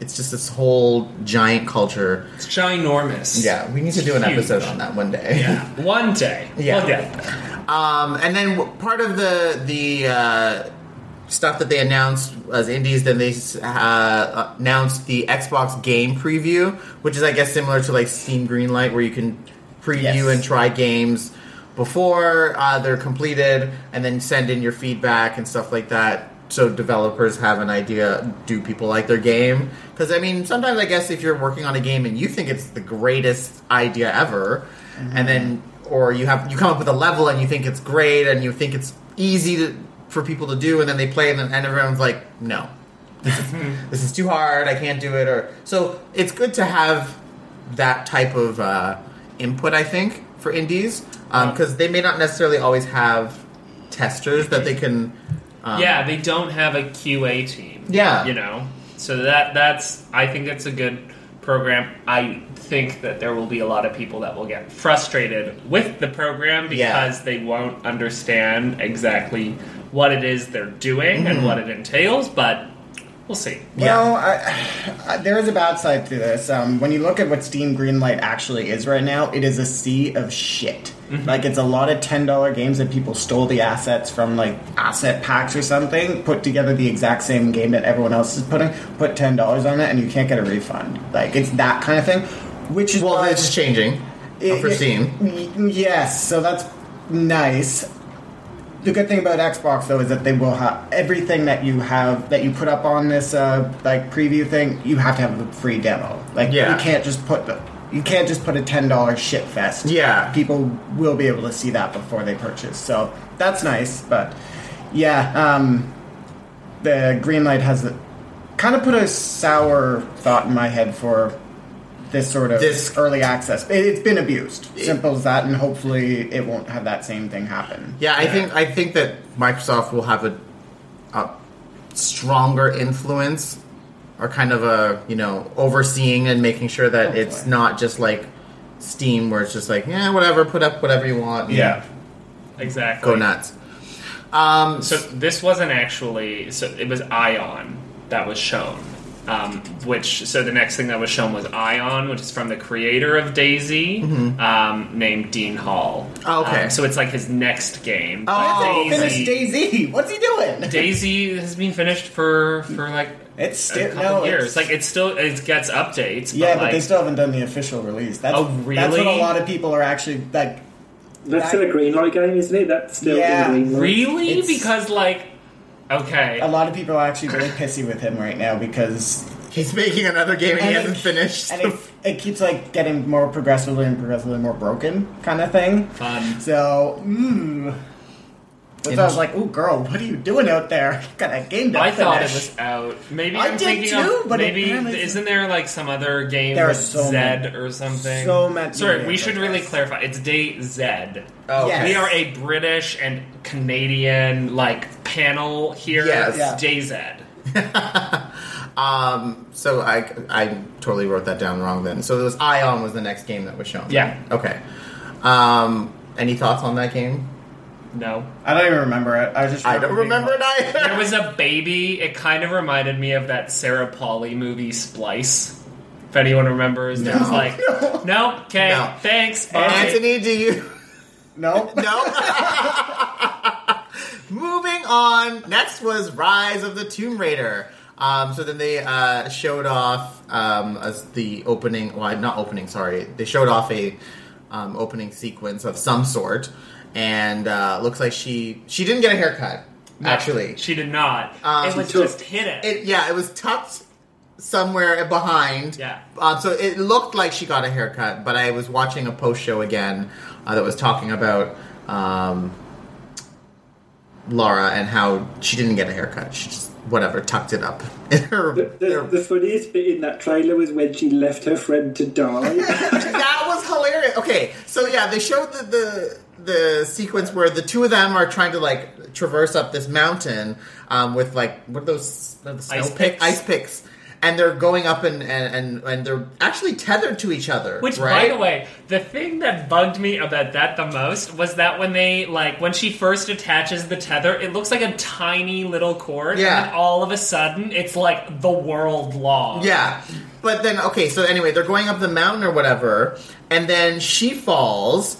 Speaker 1: it's just this whole giant culture.
Speaker 2: it's ginormous
Speaker 1: Yeah, we need to do an
Speaker 2: Huge.
Speaker 1: episode on that one day.
Speaker 2: yeah one day
Speaker 1: Yeah.
Speaker 2: We'll get there.
Speaker 1: Um, and then w- part of the the uh, stuff that they announced as indies, then they uh, announced the Xbox game preview, which is I guess similar to like Steam Greenlight, where you can preview
Speaker 4: Yes.
Speaker 1: and try games before uh, they're completed, and then send in your feedback and stuff like that. So developers have an idea: do people like their game? Because I mean, sometimes I guess if you're working on a game and you think it's the greatest idea ever, and then or you have you come up with a level and you think it's great and you think it's easy to, for people to do, and then they play and, then, and everyone's like, no, this is too hard i can't do it or so it's good to have that type of uh, input i think for indies
Speaker 4: Um,
Speaker 1: because they may not necessarily always have testers that they can um,
Speaker 2: yeah they don't have a qa team
Speaker 1: Yeah.
Speaker 2: you know so that that's i think that's a good program i think that there will be a lot of people that will get frustrated with the program because
Speaker 1: Yeah.
Speaker 2: they won't understand exactly what it is they're doing
Speaker 1: Mm-hmm.
Speaker 2: and what it entails but we'll see
Speaker 4: Well, I, I, there is a bad side to this. Um, when you look at what Steam Greenlight actually is right now, it is a sea of shit. Like it's a lot of ten dollar games that people stole the assets from, like asset packs or something, put together the exact same game that everyone else is putting, put ten dollars on it, and you can't get a refund. Like it's that kind of thing. Which is
Speaker 1: well
Speaker 4: why-
Speaker 1: it's changing uh,
Speaker 4: it-
Speaker 1: for
Speaker 4: it-
Speaker 1: steam
Speaker 4: y- Yes, so that's nice. The good thing about Xbox though is that they will have everything that you have that you put up on this uh, like preview thing. You have to have a free demo. Like
Speaker 1: Yeah.
Speaker 4: you can't just put the you can't just put a ten dollar shit fest.
Speaker 1: Yeah.
Speaker 4: people will be able to see that before they purchase. So that's nice, but yeah, um, the green light has kind of put a sour thought in my head for this sort of
Speaker 1: This-
Speaker 4: early access. It, it's been abused. Simple as that, and hopefully it won't have that same thing happen.
Speaker 1: Yeah, I think I think that Microsoft will have a, a stronger influence, or kind of a you know overseeing and making sure that it's
Speaker 4: Hopefully.
Speaker 1: not just like Steam, where it's just like yeah, whatever, put up whatever you want, and
Speaker 4: Yeah.
Speaker 2: Exactly.
Speaker 1: go nuts. Um,
Speaker 2: So this wasn't actually. So it was Ion that was shown. Um, which so the next thing that was shown was Ion, which is from the creator of Daisy,
Speaker 4: Mm-hmm.
Speaker 2: um, named Dean Hall.
Speaker 1: Oh, okay.
Speaker 2: Um, so it's like his next game.
Speaker 1: Oh,
Speaker 2: But
Speaker 4: Finish Daisy. What's he doing?
Speaker 2: Daisy has been finished for for like
Speaker 4: It's
Speaker 2: a
Speaker 4: still
Speaker 2: couple
Speaker 4: no
Speaker 2: years.
Speaker 4: it's-
Speaker 2: like it still it gets updates.
Speaker 4: yeah, but
Speaker 2: like,
Speaker 4: they still haven't done the official release. That's
Speaker 2: Oh,
Speaker 4: that's what a
Speaker 2: really?
Speaker 4: lot of people are actually like.
Speaker 3: That's still a green light game, isn't it? That's still
Speaker 4: Yeah.
Speaker 3: in green light.
Speaker 2: really
Speaker 4: It's-
Speaker 2: because like okay,
Speaker 4: A lot of people are actually really pissy with him right now because
Speaker 1: he's making another game and he
Speaker 4: And it-
Speaker 1: hasn't finished.
Speaker 4: and it, it keeps like getting more progressively and progressively more broken kind of thing.
Speaker 2: fun.
Speaker 4: So, mmm. So I was like, "Ooh, girl, what are you doing out there? Got a game to
Speaker 2: I
Speaker 4: finish."
Speaker 2: thought it was out. Maybe
Speaker 4: I
Speaker 2: am
Speaker 4: did
Speaker 2: thinking
Speaker 4: too,
Speaker 2: of,
Speaker 4: but
Speaker 2: maybe
Speaker 4: apparently-
Speaker 2: isn't there like some other game
Speaker 4: There are
Speaker 2: with
Speaker 4: so
Speaker 2: Zed
Speaker 4: many-
Speaker 2: or something?
Speaker 4: so many
Speaker 2: Sorry,
Speaker 4: games
Speaker 2: we should
Speaker 4: like
Speaker 2: really
Speaker 4: this.
Speaker 2: clarify. It's Day Zed.
Speaker 1: oh,
Speaker 4: Yes.
Speaker 2: We are a British and Canadian like panel here.
Speaker 1: Yes.
Speaker 4: Yeah.
Speaker 2: Day Zed.
Speaker 1: Um, so I, I totally wrote that down wrong then. So it was Ion was the next game that was shown.
Speaker 2: Yeah.
Speaker 1: Okay. Um, any thoughts on that game?
Speaker 2: No.
Speaker 4: I don't even remember it. I just
Speaker 1: I don't
Speaker 4: being
Speaker 1: remember it
Speaker 4: like-
Speaker 1: either.
Speaker 2: There was a baby. It kind of reminded me of that Sarah Pauli movie Splice. If anyone remembers, no. was like, no, okay,
Speaker 1: No.
Speaker 2: thanks, bye.
Speaker 1: Anthony, do you?
Speaker 4: No,
Speaker 1: No. Moving on. Next was Rise of the Tomb Raider. Um, so then they uh, showed off um, as the opening. Well, not opening. Sorry, they showed off a um, opening sequence of some sort, and uh, looks like she she didn't get a haircut.
Speaker 2: No,
Speaker 1: Actually,
Speaker 2: she did not.
Speaker 1: Um,
Speaker 2: it was
Speaker 3: took-
Speaker 2: just hidden.
Speaker 1: it yeah, it was tucked somewhere behind.
Speaker 2: Yeah.
Speaker 1: Um, so it looked like she got a haircut, but I was watching a post show again uh, that was talking about um, Laura and how she didn't get a haircut. She just whatever tucked it up in her.
Speaker 3: The, the, the funniest bit in that trailer was when she left her friend to die.
Speaker 1: that was hilarious. Okay, so yeah, they showed the, the the sequence where the two of them are trying to like traverse up this mountain um, with like what are those are the snow
Speaker 2: Ice
Speaker 1: pick-
Speaker 2: picks.
Speaker 1: Ice picks. And they're going up and, and, and, and they're actually tethered to each other.
Speaker 2: Which,
Speaker 1: right?
Speaker 2: by the way, the thing that bugged me about that the most was that when they like when she first attaches the tether, it looks like a tiny little cord,
Speaker 1: Yeah.
Speaker 2: and then all of a sudden it's like the world long.
Speaker 1: Yeah. But then, okay, so anyway, they're going up the mountain or whatever, and then she falls,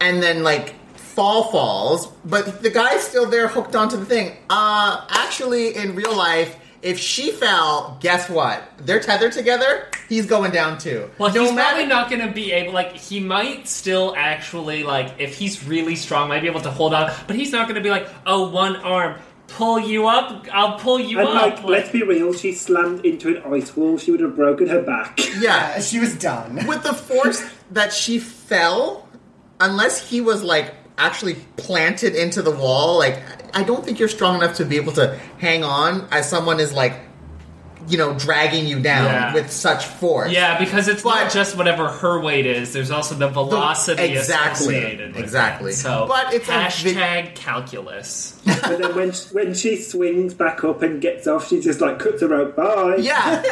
Speaker 1: and then, like, fall falls, but the guy's still there hooked onto the thing. Uh, actually, in real life, if she fell, guess what? They're tethered together, he's going down too.
Speaker 2: Well,
Speaker 1: no
Speaker 2: he's
Speaker 1: matter.
Speaker 2: probably not going to be able. Like, he might still actually like, if he's really strong, might be able to hold on. But he's not going to be like, oh, one arm, pull you up. I'll pull you
Speaker 3: and
Speaker 2: up.
Speaker 3: like, let's be real, she slammed into an ice wall. She would have broken her back.
Speaker 1: yeah.
Speaker 4: Uh, she was done.
Speaker 1: With the force that she fell, unless he was, like, actually planted into the wall, like, I don't think you're strong enough to be able to hang on as someone is, like, you know, dragging you down
Speaker 2: Yeah.
Speaker 1: with such force.
Speaker 2: yeah, because it's
Speaker 1: But-
Speaker 2: not just whatever her weight is. There's also the
Speaker 1: The-
Speaker 2: velocity
Speaker 1: exactly,
Speaker 2: associated with it.
Speaker 1: exactly.
Speaker 2: So,
Speaker 1: but it's a vi-
Speaker 2: hashtag calculus.
Speaker 3: but then when she, when she swings back up and gets off, she just like cuts her rope. Bye.
Speaker 1: yeah.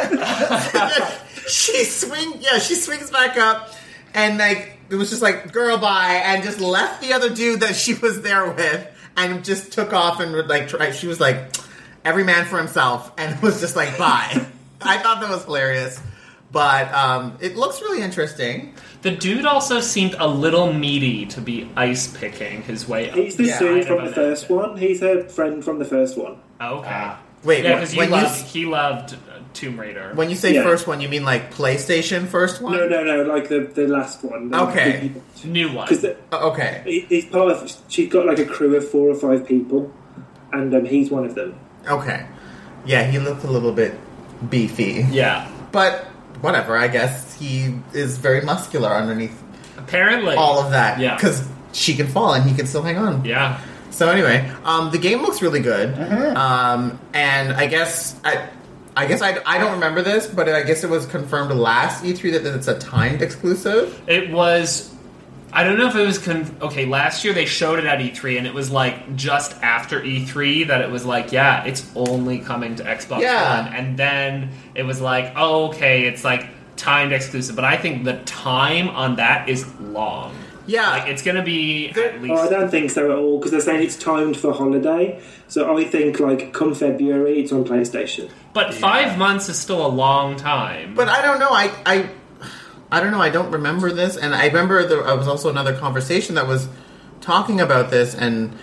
Speaker 1: she swing, yeah, she swings back up, and like it was just like girl bye, and just left the other dude that she was there with, and just took off and would like try. She was like every man for himself, and was just like bye. I thought that was hilarious, but um, it looks really interesting.
Speaker 2: The dude also seemed a little meaty to be ice picking his way up.
Speaker 3: He's the
Speaker 1: Yeah,
Speaker 2: I
Speaker 3: dude from
Speaker 2: know
Speaker 3: the
Speaker 2: that.
Speaker 3: first one. He's her friend from the first one.
Speaker 2: Okay.
Speaker 1: Wait,
Speaker 2: yeah,
Speaker 1: wh-
Speaker 2: because
Speaker 1: Uh, when you
Speaker 2: loved,
Speaker 1: s-
Speaker 2: he loved uh, Tomb Raider.
Speaker 1: when you say
Speaker 3: Yeah.
Speaker 1: first one, you mean like PlayStation first one?
Speaker 3: No, no, no, like the, the last one.
Speaker 1: Okay.
Speaker 2: New one.
Speaker 3: Because
Speaker 1: Oh, Okay,
Speaker 3: he, he's part of. She's got like a crew of four or five people, and um, he's one of them.
Speaker 1: okay, yeah, he looked a little bit beefy.
Speaker 2: yeah.
Speaker 1: But whatever, I guess he is very muscular underneath
Speaker 2: Apparently.
Speaker 1: all of that.
Speaker 2: Yeah.
Speaker 1: Because she can fall and he can still hang on.
Speaker 2: yeah.
Speaker 1: So anyway, um, the game looks really good. Um, and I guess I, I guess I, I don't remember this, but I guess it was confirmed last E3 that, that it's a timed exclusive.
Speaker 2: It was. I don't know if it was con- okay. Last year they showed it at E3, and it was like just after E3 that it was like, yeah, it's only coming to Xbox
Speaker 1: Yeah.
Speaker 2: One. And then it was like, oh, okay, it's like timed exclusive. But I think the time on that is long.
Speaker 1: Yeah.
Speaker 2: like it's gonna be at least.
Speaker 3: Oh, I don't think so at all because they're saying it's timed for holiday. So I think like come February, it's on PlayStation.
Speaker 2: but five months is still a long time.
Speaker 1: But I don't know. I I I don't know. I don't remember this, and I remember there was also another conversation that was talking about this and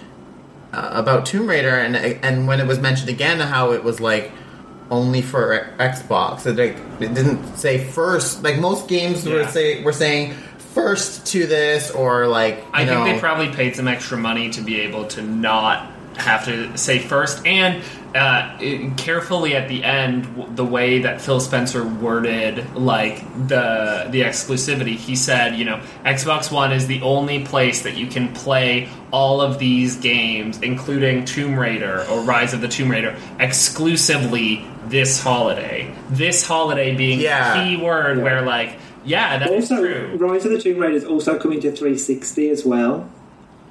Speaker 1: uh, about Tomb Raider, and and when it was mentioned again, how it was like only for Xbox. It, like, it didn't say first. Like most games were
Speaker 2: Yeah.
Speaker 1: say were saying first to this or like you
Speaker 2: I
Speaker 1: know,
Speaker 2: think they probably paid some extra money to be able to not have to say first. And uh, it- carefully at the end, w- the way that Phil Spencer worded like the the exclusivity, he said, you know, Xbox One is the only place that you can play all of these games, including Tomb Raider or Rise of the Tomb Raider, exclusively this holiday. This holiday being
Speaker 1: Yeah.
Speaker 2: the key word,
Speaker 3: Yeah.
Speaker 2: where like, yeah, that is
Speaker 3: Also,
Speaker 2: true.
Speaker 3: Rise of the Tomb Raider is also coming to 360 as well.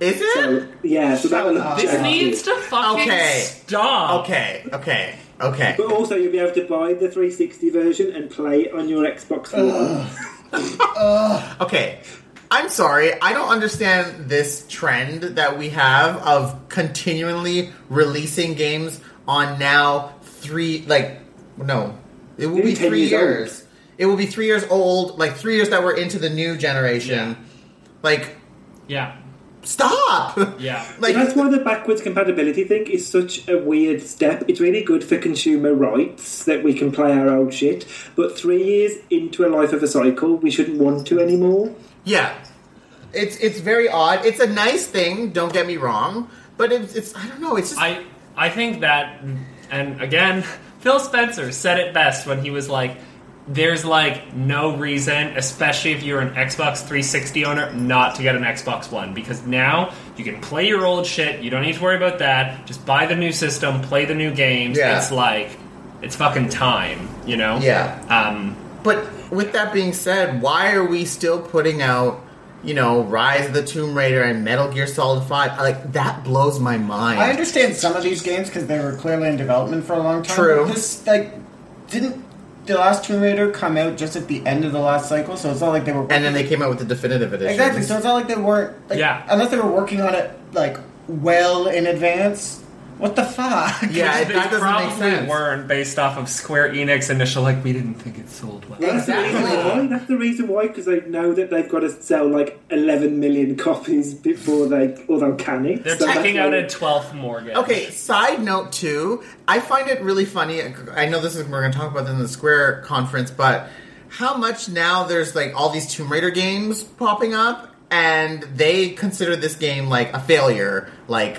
Speaker 1: is it
Speaker 3: So yeah, so that will
Speaker 4: Shut
Speaker 2: This
Speaker 4: up.
Speaker 2: needs to fucking
Speaker 1: Okay.
Speaker 2: stop.
Speaker 1: okay? Okay, okay.
Speaker 3: But also, you'll be able to buy the 360 version and play it on your Xbox One.
Speaker 1: Okay. I'm sorry, I don't understand this trend that we have of continually releasing games on now three like no. It will
Speaker 3: Maybe
Speaker 1: be
Speaker 3: 10
Speaker 1: three
Speaker 3: years
Speaker 1: years. It will be three years old, like three years that we're into the new generation. Like,
Speaker 2: Yeah.
Speaker 1: stop!
Speaker 2: Yeah.
Speaker 1: Like
Speaker 3: That's why the backwards compatibility thing is such a weird step. It's really good for consumer rights that we can play our old shit, but three years into a life of a cycle, we shouldn't want to anymore.
Speaker 1: Yeah. It's it's very odd. It's a nice thing, don't get me wrong, but it's, it's I don't know, it's just
Speaker 2: I I think that and again, Phil Spencer said it best when he was like there's like no reason, especially if you're an Xbox 360 owner, not to get an Xbox One because now you can play your old shit. You don't need to worry about that. Just buy the new system, play the new games.
Speaker 1: Yeah.
Speaker 2: It's like it's fucking time, you know?
Speaker 1: yeah.
Speaker 2: Um
Speaker 1: But with that being said, why are we still putting out, you know, Rise of the Tomb Raider and Metal Gear Solid Five? Like that blows my mind.
Speaker 4: I understand some of these games because they were clearly in development for a long time.
Speaker 1: True.
Speaker 4: but This like didn't the last Tomb Raider come out just at the end of the last cycle, so it's not like they were
Speaker 1: And then they came out with the definitive edition.
Speaker 4: exactly. So it's not like they weren't. Like,
Speaker 2: Yeah.
Speaker 4: Unless they were working on it like well in advance. What the fuck?
Speaker 1: yeah, it,
Speaker 2: they
Speaker 1: that doesn't
Speaker 2: probably
Speaker 1: make sense.
Speaker 2: weren't based off of Square Enix initial like we didn't think it sold well.
Speaker 3: That's the reason why. That's the reason why, because they know that they've got to sell like 11 million copies before they, or they'll can it.
Speaker 2: They're
Speaker 3: So that's
Speaker 2: taking
Speaker 3: why-
Speaker 2: out a 12th mortgage.
Speaker 1: Okay, side note too, I find it really funny. I know this is we're going to talk about this in the Square conference, but how much now there's like all these Tomb Raider games popping up, and they consider this game like a failure, like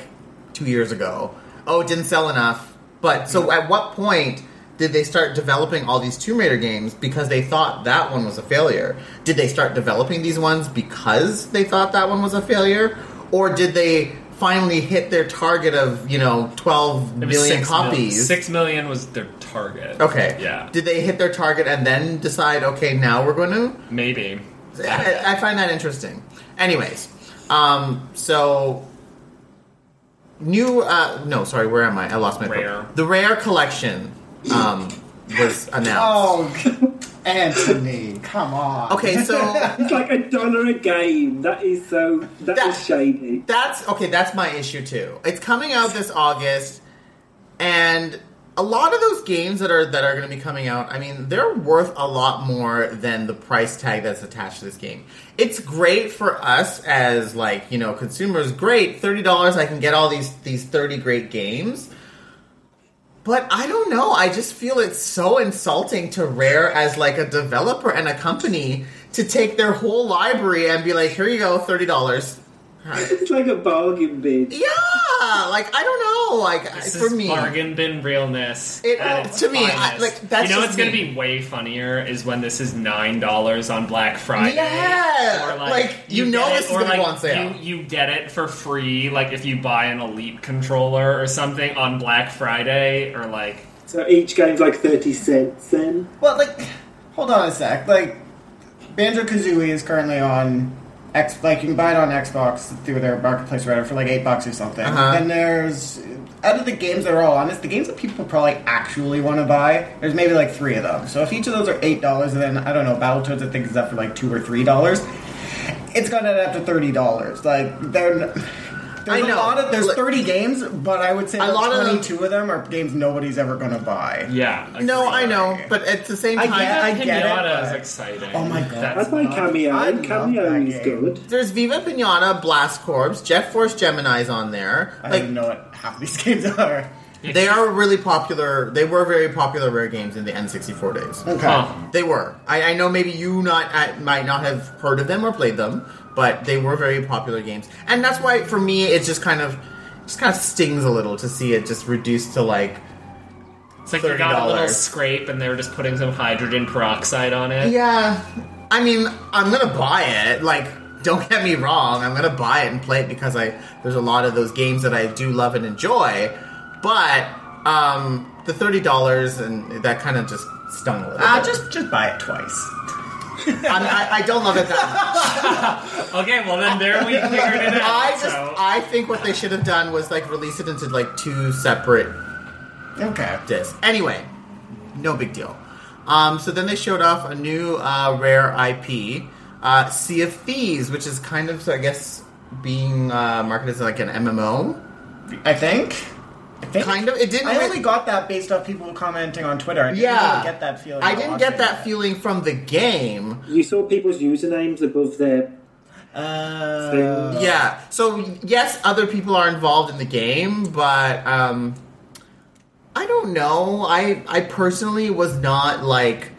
Speaker 1: two years ago. Oh, it didn't sell enough. But so at what point did they start developing all these Tomb Raider games because they thought that one was a failure? Did they start developing these ones because they thought that one was a failure? Or did they finally hit their target of, you know, 12
Speaker 2: It was
Speaker 1: million
Speaker 2: six mil-
Speaker 1: copies?
Speaker 2: six million was their target.
Speaker 1: Okay.
Speaker 2: Yeah.
Speaker 1: Did they hit their target and then decide, okay, now we're going to?
Speaker 2: Maybe.
Speaker 1: I, I find that interesting. Anyways, um, so new. Uh, no, sorry, where am I? I lost my. pro-
Speaker 2: Rare.
Speaker 1: The rare collection um, was announced.
Speaker 4: Oh, Anthony, come on.
Speaker 1: Okay, so
Speaker 3: It's like a dollar a game. That is so. that
Speaker 1: That-
Speaker 3: is shady.
Speaker 1: that's okay. That's my issue too. It's coming out this August, and a lot of those games that are that are going to be coming out. I mean, they're worth a lot more than the price tag that's attached to this game. It's great for us as like you know consumers. Great, thirty dollars. I can get all these these thirty great games. But I don't know. I just feel it's so insulting to Rare as like a developer and a company to take their whole library and be like, "Here you go, thirty dollars."
Speaker 3: It's like a bargain bin.
Speaker 1: Yeah, like I don't know, like
Speaker 2: This
Speaker 1: for
Speaker 2: is
Speaker 1: me,
Speaker 2: bargain bin realness.
Speaker 1: It- oh,
Speaker 2: at its
Speaker 1: to me, I-
Speaker 2: finest.
Speaker 1: like, that's
Speaker 2: you know
Speaker 1: just
Speaker 2: what's going to
Speaker 1: me.
Speaker 2: be way funnier is when this is nine dollars on Black Friday.
Speaker 1: Yeah, like, you know
Speaker 2: get
Speaker 1: this is
Speaker 2: or,
Speaker 1: gonna go
Speaker 2: like,
Speaker 1: on sale.
Speaker 2: You, you get it for free, like if you buy an Elite controller or something on Black Friday, or like
Speaker 3: So each game's like 30 cents then.
Speaker 4: Well, like, hold on a sec. Like, Banjo Kazooie is currently on X. Like, you can buy it on Xbox through their marketplace or whatever for like eight bucks or something.
Speaker 1: Uh-huh.
Speaker 4: And there's out of the games that are all on this, the games that people probably actually want to buy. There's maybe like three of them. So if each of those are eight dollars, and then I don't know, Battletoads I think is up for like two or three dollars. It's gonna add up to thirty dollars. Like, they're. There's
Speaker 1: I know.
Speaker 4: a lot of there's
Speaker 1: Look-
Speaker 4: 30 games, but I would say
Speaker 1: A
Speaker 4: like
Speaker 1: lot of them-
Speaker 4: 22 of them are games nobody's ever going to buy.
Speaker 2: Yeah.
Speaker 1: No,
Speaker 2: agree.
Speaker 1: I know, but at the same
Speaker 4: I
Speaker 1: time, uh,
Speaker 4: get- I
Speaker 2: Pinata
Speaker 4: get it,
Speaker 2: is
Speaker 4: but-
Speaker 2: exciting.
Speaker 4: Oh my God.
Speaker 2: That's
Speaker 3: I play
Speaker 2: not-
Speaker 3: Cameo,
Speaker 4: I
Speaker 3: and
Speaker 4: love
Speaker 3: Cameo
Speaker 4: that
Speaker 3: is
Speaker 4: game.
Speaker 3: good.
Speaker 1: there's Viva Pinata, Blast Corps, Jet Force Gemini's on there.
Speaker 4: I
Speaker 1: like
Speaker 4: don't even know what half these games are.
Speaker 1: they are really popular. They were very popular rare games in the N64 days.
Speaker 4: Okay.
Speaker 2: Huh.
Speaker 1: They were. I, I know maybe you not I, might not have heard of them or played them, but they were very popular games, and that's why for me it just kind of just kind of stings a little to see it just reduced to like
Speaker 2: It's like they got a little
Speaker 1: $30.
Speaker 2: scrape and they were just putting some hydrogen peroxide on it.
Speaker 1: yeah. I mean, I'm gonna buy it. Like, don't get me wrong, I'm gonna buy it and play it because I there's a lot of those games that I do love and enjoy, but um, the thirty dollars and that kind of just stung a little.
Speaker 4: Ah,
Speaker 1: bit.
Speaker 4: just just buy it twice.
Speaker 1: I'm, I, I don't love it that much.
Speaker 2: Okay, well then there we figured it out.
Speaker 1: I just
Speaker 2: so-
Speaker 1: I think what they should have done was like release it into like two separate
Speaker 4: Okay.
Speaker 1: discs. Anyway, no big deal. Um, so then they showed off a new uh, rare IP, uh, Sea of Thieves, which is kind of I guess being uh, marketed as like an MMO.
Speaker 4: I think. I think.
Speaker 1: Kind of. It didn't.
Speaker 4: I
Speaker 1: really-
Speaker 4: only got that based off people commenting on Twitter. I didn't
Speaker 1: Yeah.
Speaker 4: really get that feeling.
Speaker 1: I
Speaker 4: while
Speaker 1: didn't get
Speaker 4: watching
Speaker 1: that
Speaker 4: it.
Speaker 1: feeling from the game.
Speaker 3: You saw people's usernames above their.
Speaker 4: Uh,
Speaker 1: Yeah. So yes, other people are involved in the game, but um, I don't know. I I personally was not like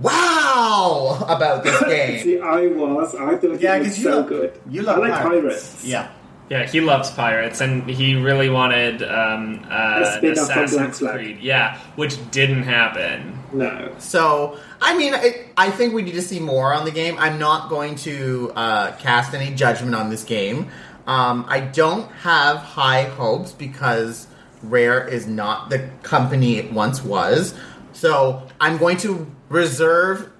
Speaker 1: wow about this game.
Speaker 3: See, I was. I thought
Speaker 4: Yeah,
Speaker 3: it was
Speaker 4: because you
Speaker 3: so
Speaker 4: love,
Speaker 3: good.
Speaker 4: You love
Speaker 3: I like pirates.
Speaker 4: Yeah.
Speaker 2: Yeah, he loves pirates, and he really wanted um, uh,
Speaker 3: A spin-off
Speaker 2: an
Speaker 3: from Black
Speaker 2: Assassin's
Speaker 3: Flag.
Speaker 2: Creed. Yeah, which didn't happen.
Speaker 3: No.
Speaker 1: So I mean, I, I think we need to see more on the game. I'm not going to uh, cast any judgment on this game. Um, I don't have high hopes because Rare is not the company it once was. So I'm going to reserve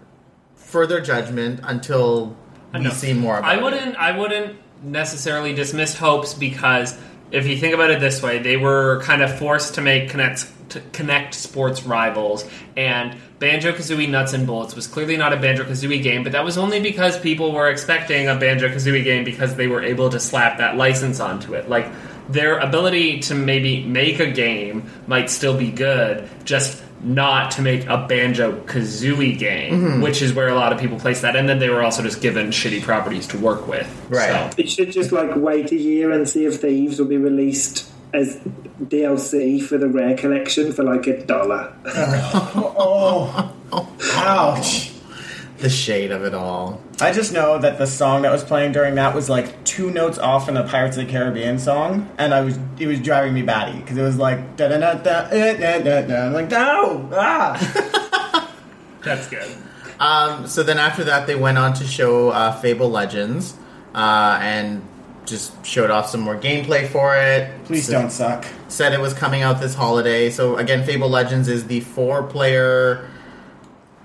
Speaker 1: further judgment until we
Speaker 2: know.
Speaker 1: see more. About
Speaker 2: I wouldn't. I wouldn't necessarily dismiss hopes because if you think about it this way, they were kind of forced to make connect to connect sports rivals, and Banjo Kazooie Nuts and Bolts was clearly not a Banjo Kazooie game, but that was only because people were expecting a Banjo Kazooie game because they were able to slap that license onto it, like. Their ability to maybe make a game might still be good, just not to make a banjo kazooie game,
Speaker 1: Mm-hmm.
Speaker 2: which is where a lot of people place that. And then they were also just given shitty properties to work with.
Speaker 1: Right.
Speaker 2: So.
Speaker 3: It should just like wait a year and see if Thieves will be released as DLC for the Rare Collection for like a dollar.
Speaker 4: Oh. Ouch.
Speaker 1: the shade of it all.
Speaker 4: I just know that the song that was playing during that was like two notes off in a Pirates of the Caribbean song, and I was it was driving me batty because it was like eh, da da da da da da da. I'm like no ah.
Speaker 2: That's good.
Speaker 1: Um, so then after that, they went on to show uh, Fable Legends uh, and just showed off some more gameplay for it.
Speaker 4: Please
Speaker 1: So-
Speaker 4: don't suck.
Speaker 1: Said it was coming out this holiday. So again, Fable Legends is the four-player.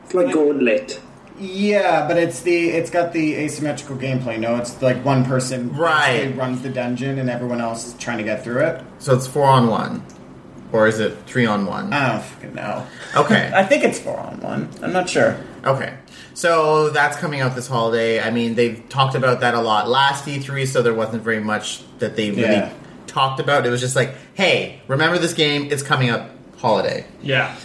Speaker 3: It's like Gauntlet.
Speaker 4: Yeah, but it's the it's got the asymmetrical gameplay. No, it's like one person
Speaker 1: Right.
Speaker 4: basically runs the dungeon and everyone else is trying to get through it.
Speaker 1: So it's four on one, or is it three on one?
Speaker 4: I don't fucking know. I
Speaker 1: Okay,
Speaker 4: think it's four on one. I'm not sure.
Speaker 1: okay. So that's coming out this holiday. I mean, they've talked about that a lot last E3, so there wasn't very much that they really
Speaker 4: Yeah.
Speaker 1: talked about. It was just like, hey, remember this game? It's coming up holiday.
Speaker 2: Yeah.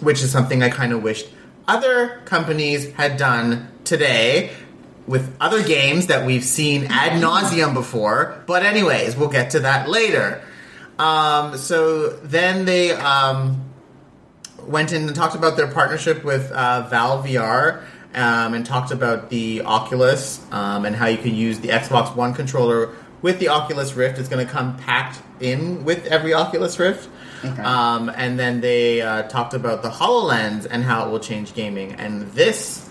Speaker 1: which is something I kind of wished other companies had done today with other games that we've seen ad nauseum before. But, anyways, we'll get to that later. Um, so then they um, went in and talked about their partnership with uh, Valve VR. Um, and talked about the Oculus um, and how you can use the Xbox One controller with the Oculus Rift. It's going to come packed in with every Oculus Rift. Um, and then they uh, talked about the HoloLens and how it will change gaming. And this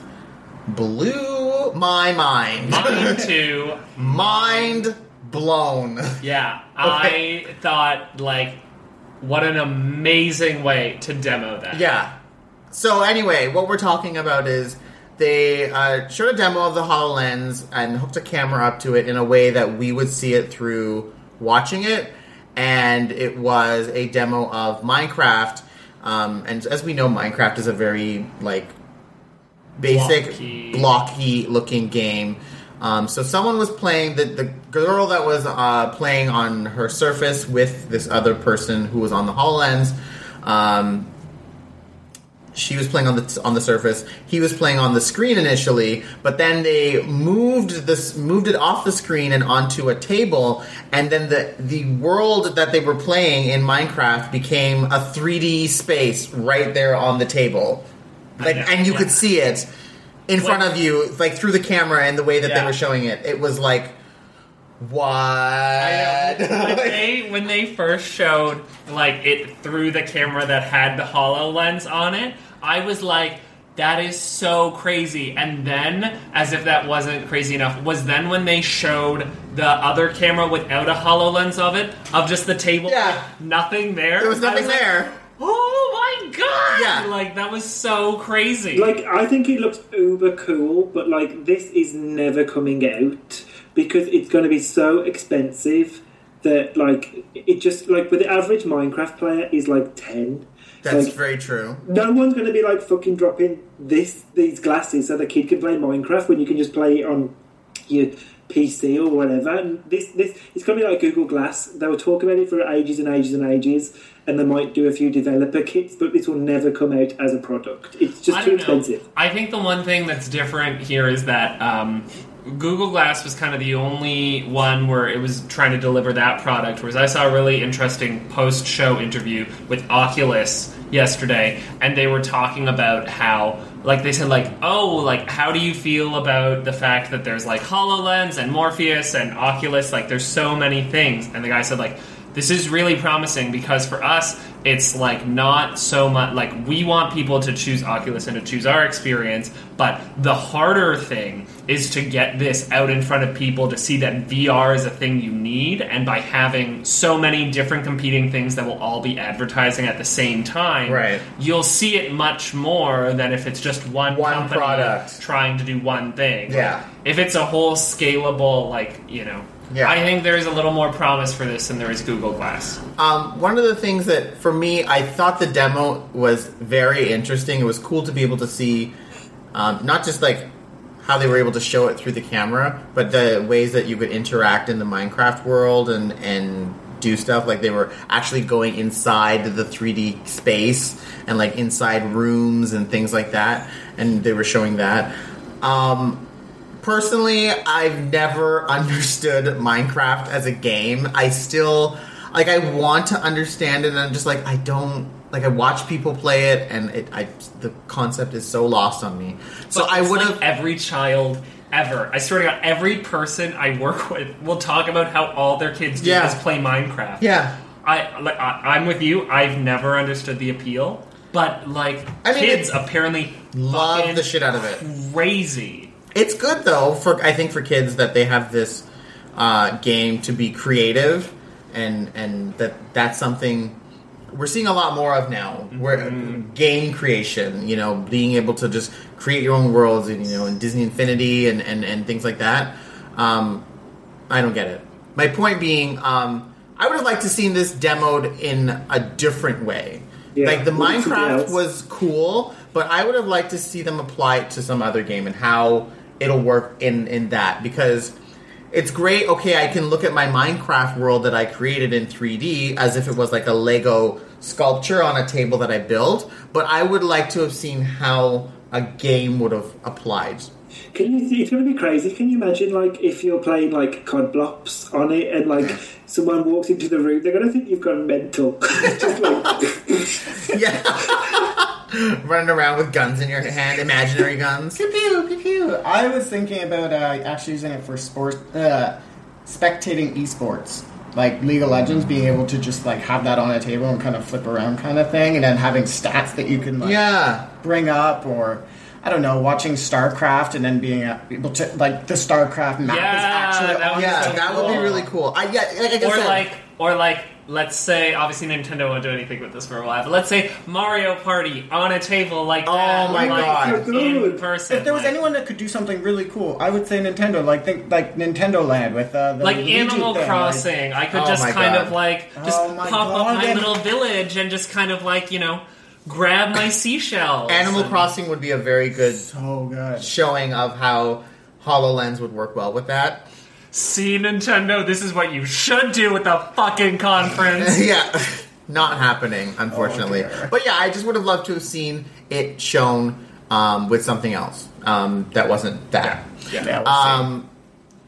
Speaker 1: blew my mind.
Speaker 2: Mine too.
Speaker 1: mind blown.
Speaker 2: Yeah.
Speaker 1: Okay.
Speaker 2: I thought, like, What an amazing way to demo that.
Speaker 1: Yeah. So anyway, what we're talking about is they uh, showed a demo of the Hololens and hooked a camera up to it in a way that we would see it through watching it, and it was a demo of Minecraft. Um, and as we know, Minecraft is a very like basic
Speaker 2: Blocky.
Speaker 1: blocky, looking game. Um, so someone was playing the the girl that was uh, playing on her Surface with this other person who was on the Hololens. Um, she was playing on the on the surface. He was playing on the screen initially, but then they moved this moved it off the screen and onto a table, and then the the world that they were playing in Minecraft became a 3D space right there on the table, like,
Speaker 2: know,
Speaker 1: and you
Speaker 2: yeah.
Speaker 1: could see it in
Speaker 2: What-
Speaker 1: front of you, like through the camera and the way that they
Speaker 2: Yeah.
Speaker 1: were showing it. It was like, what?
Speaker 2: I know. When they when they first showed like it through the camera that had the Hololens on it, I was like, "That is so crazy!" And then, as if that wasn't crazy enough, was then when they showed the other camera without a Hololens of it, of just the table,
Speaker 1: Yeah.
Speaker 2: with nothing there.
Speaker 1: there was
Speaker 2: I
Speaker 1: nothing
Speaker 2: like,
Speaker 1: there.
Speaker 2: oh my god!
Speaker 1: Yeah.
Speaker 2: like that was so crazy.
Speaker 3: Like, I think it looks uber cool, but like, this is never coming out because it's going to be so expensive that like it just like with the average Minecraft player is like ten.
Speaker 1: That's
Speaker 3: like,
Speaker 1: very true.
Speaker 3: no one's going to be like fucking dropping this these glasses so the kid can play Minecraft when you can just play it on your PC or whatever. And this this it's going to be like Google Glass. They were talking about it for ages and ages and ages, and they might do a few developer kits, but this will never come out as a product. It's just
Speaker 2: I
Speaker 3: too
Speaker 2: don't know.
Speaker 3: expensive.
Speaker 2: I think the one thing that's different here is that um, Google Glass was kind of the only one where it was trying to deliver that product. Whereas I saw a really interesting post show interview with Oculus yesterday, and they were talking about how. Like they said, like oh, like how do you feel about the fact that there's like Hololens and Morpheus and Oculus? Like there's so many things, and the guy said like this is really promising because for us it's like not so much like we want people to choose oculus and to choose our experience but the harder thing is to get this out in front of people to see that vr is a thing you need and by having so many different competing things that will all be advertising at the same time
Speaker 1: Right.
Speaker 2: you'll see it much more than if it's just one,
Speaker 1: One
Speaker 2: company
Speaker 1: product.
Speaker 2: trying to do one thing
Speaker 1: Yeah.
Speaker 2: Like, if it's a whole scalable like you know
Speaker 1: Yeah.
Speaker 2: I think there is a little more promise for this than there is Google Glass.
Speaker 1: Um, one of the things that for me, I thought the demo was very interesting. It was cool to be able to see um, not just like how they were able to show it through the camera, but the ways that you could interact in the Minecraft world and and do stuff. Like they were actually going inside the 3D space and like inside rooms and things like that, and they were showing that. Um, personally, I've never understood Minecraft as a game. I still like I want to understand it and I'm just like I don't like I watch people play it and it I the concept is so lost on me. So
Speaker 2: But
Speaker 1: I
Speaker 2: it's
Speaker 1: would
Speaker 2: like
Speaker 1: have
Speaker 2: every child ever. I swear to God, every person I work with will talk about how all their kids do
Speaker 1: Yeah.
Speaker 2: is play Minecraft.
Speaker 1: yeah.
Speaker 2: I, like, I I'm with you. I've never understood the appeal, but like
Speaker 1: I mean,
Speaker 2: kids
Speaker 1: it-
Speaker 2: apparently
Speaker 1: Love
Speaker 2: fucking
Speaker 1: the shit out of it.
Speaker 2: Crazy.
Speaker 1: It's good though for I think for kids that they have this uh, game to be creative and and that that's something we're seeing a lot more of now. Where game creation, you know, being able to just create your own worlds, and you know, in Disney Infinity and and, and things like that. Um, I don't get it. My point being, um, I would have liked to seen this demoed in a different way.
Speaker 3: Yeah,
Speaker 1: like the
Speaker 3: with something
Speaker 1: Minecraft
Speaker 3: else.
Speaker 1: was cool, but I would have liked to see them apply it to some other game and how it'll work in in that because it's great. Okay, I can look at my Minecraft world that I created in 3D as if it was like a Lego sculpture on a table that I built, but I would like to have seen how a game would have applied.
Speaker 3: Can you? It's going to be crazy. Can you imagine, like, if you're playing like COD Blops on it, and like someone walks into the room, they're going to think you've gone mental. Just like,
Speaker 1: Yeah. Running around with guns in your hand, imaginary guns.
Speaker 4: Pew, pew, pew, pew. I was thinking about uh, actually using it for sports, uh, spectating esports, like League of Legends, being able to just like have that on a table and kind of flip around, kind of thing, and then having stats that you can like
Speaker 1: Yeah.
Speaker 4: bring up, or I don't know, watching StarCraft and then being able to like the StarCraft map
Speaker 2: Yeah,
Speaker 4: is actually
Speaker 2: that
Speaker 4: on
Speaker 2: was
Speaker 1: Yeah,
Speaker 2: so
Speaker 1: that would be
Speaker 2: cool.
Speaker 1: really cool. I yeah, like I
Speaker 2: Or
Speaker 1: said,
Speaker 2: like or like let's say obviously Nintendo won't do anything with this for a while, but let's say Mario Party on a table like
Speaker 1: Oh
Speaker 2: that,
Speaker 1: my
Speaker 2: like,
Speaker 1: God.
Speaker 2: in person.
Speaker 4: If there was
Speaker 2: like-
Speaker 4: anyone that could do something really cool, I would say Nintendo. Like think like Nintendo Land with uh, the
Speaker 2: like
Speaker 4: Luigi
Speaker 2: Animal
Speaker 4: thing, like-
Speaker 2: Crossing, I could
Speaker 1: Oh
Speaker 2: just
Speaker 1: my
Speaker 2: kind
Speaker 1: God.
Speaker 2: of like just
Speaker 4: Oh my
Speaker 2: pop up
Speaker 4: God,
Speaker 2: my
Speaker 4: then-
Speaker 2: little village and just kind of like you know grab my seashells.
Speaker 1: Animal
Speaker 2: and-
Speaker 1: Crossing would be a very good
Speaker 4: so good.
Speaker 1: showing of how HoloLens would work well with that.
Speaker 2: See Nintendo, this is what you should do with the fucking conference.
Speaker 1: yeah. Not happening, unfortunately.
Speaker 4: Oh, dear.
Speaker 1: but yeah, I just would have loved to have seen it shown um, with something else um, that wasn't that.
Speaker 4: Yeah, we'll see.
Speaker 1: Um,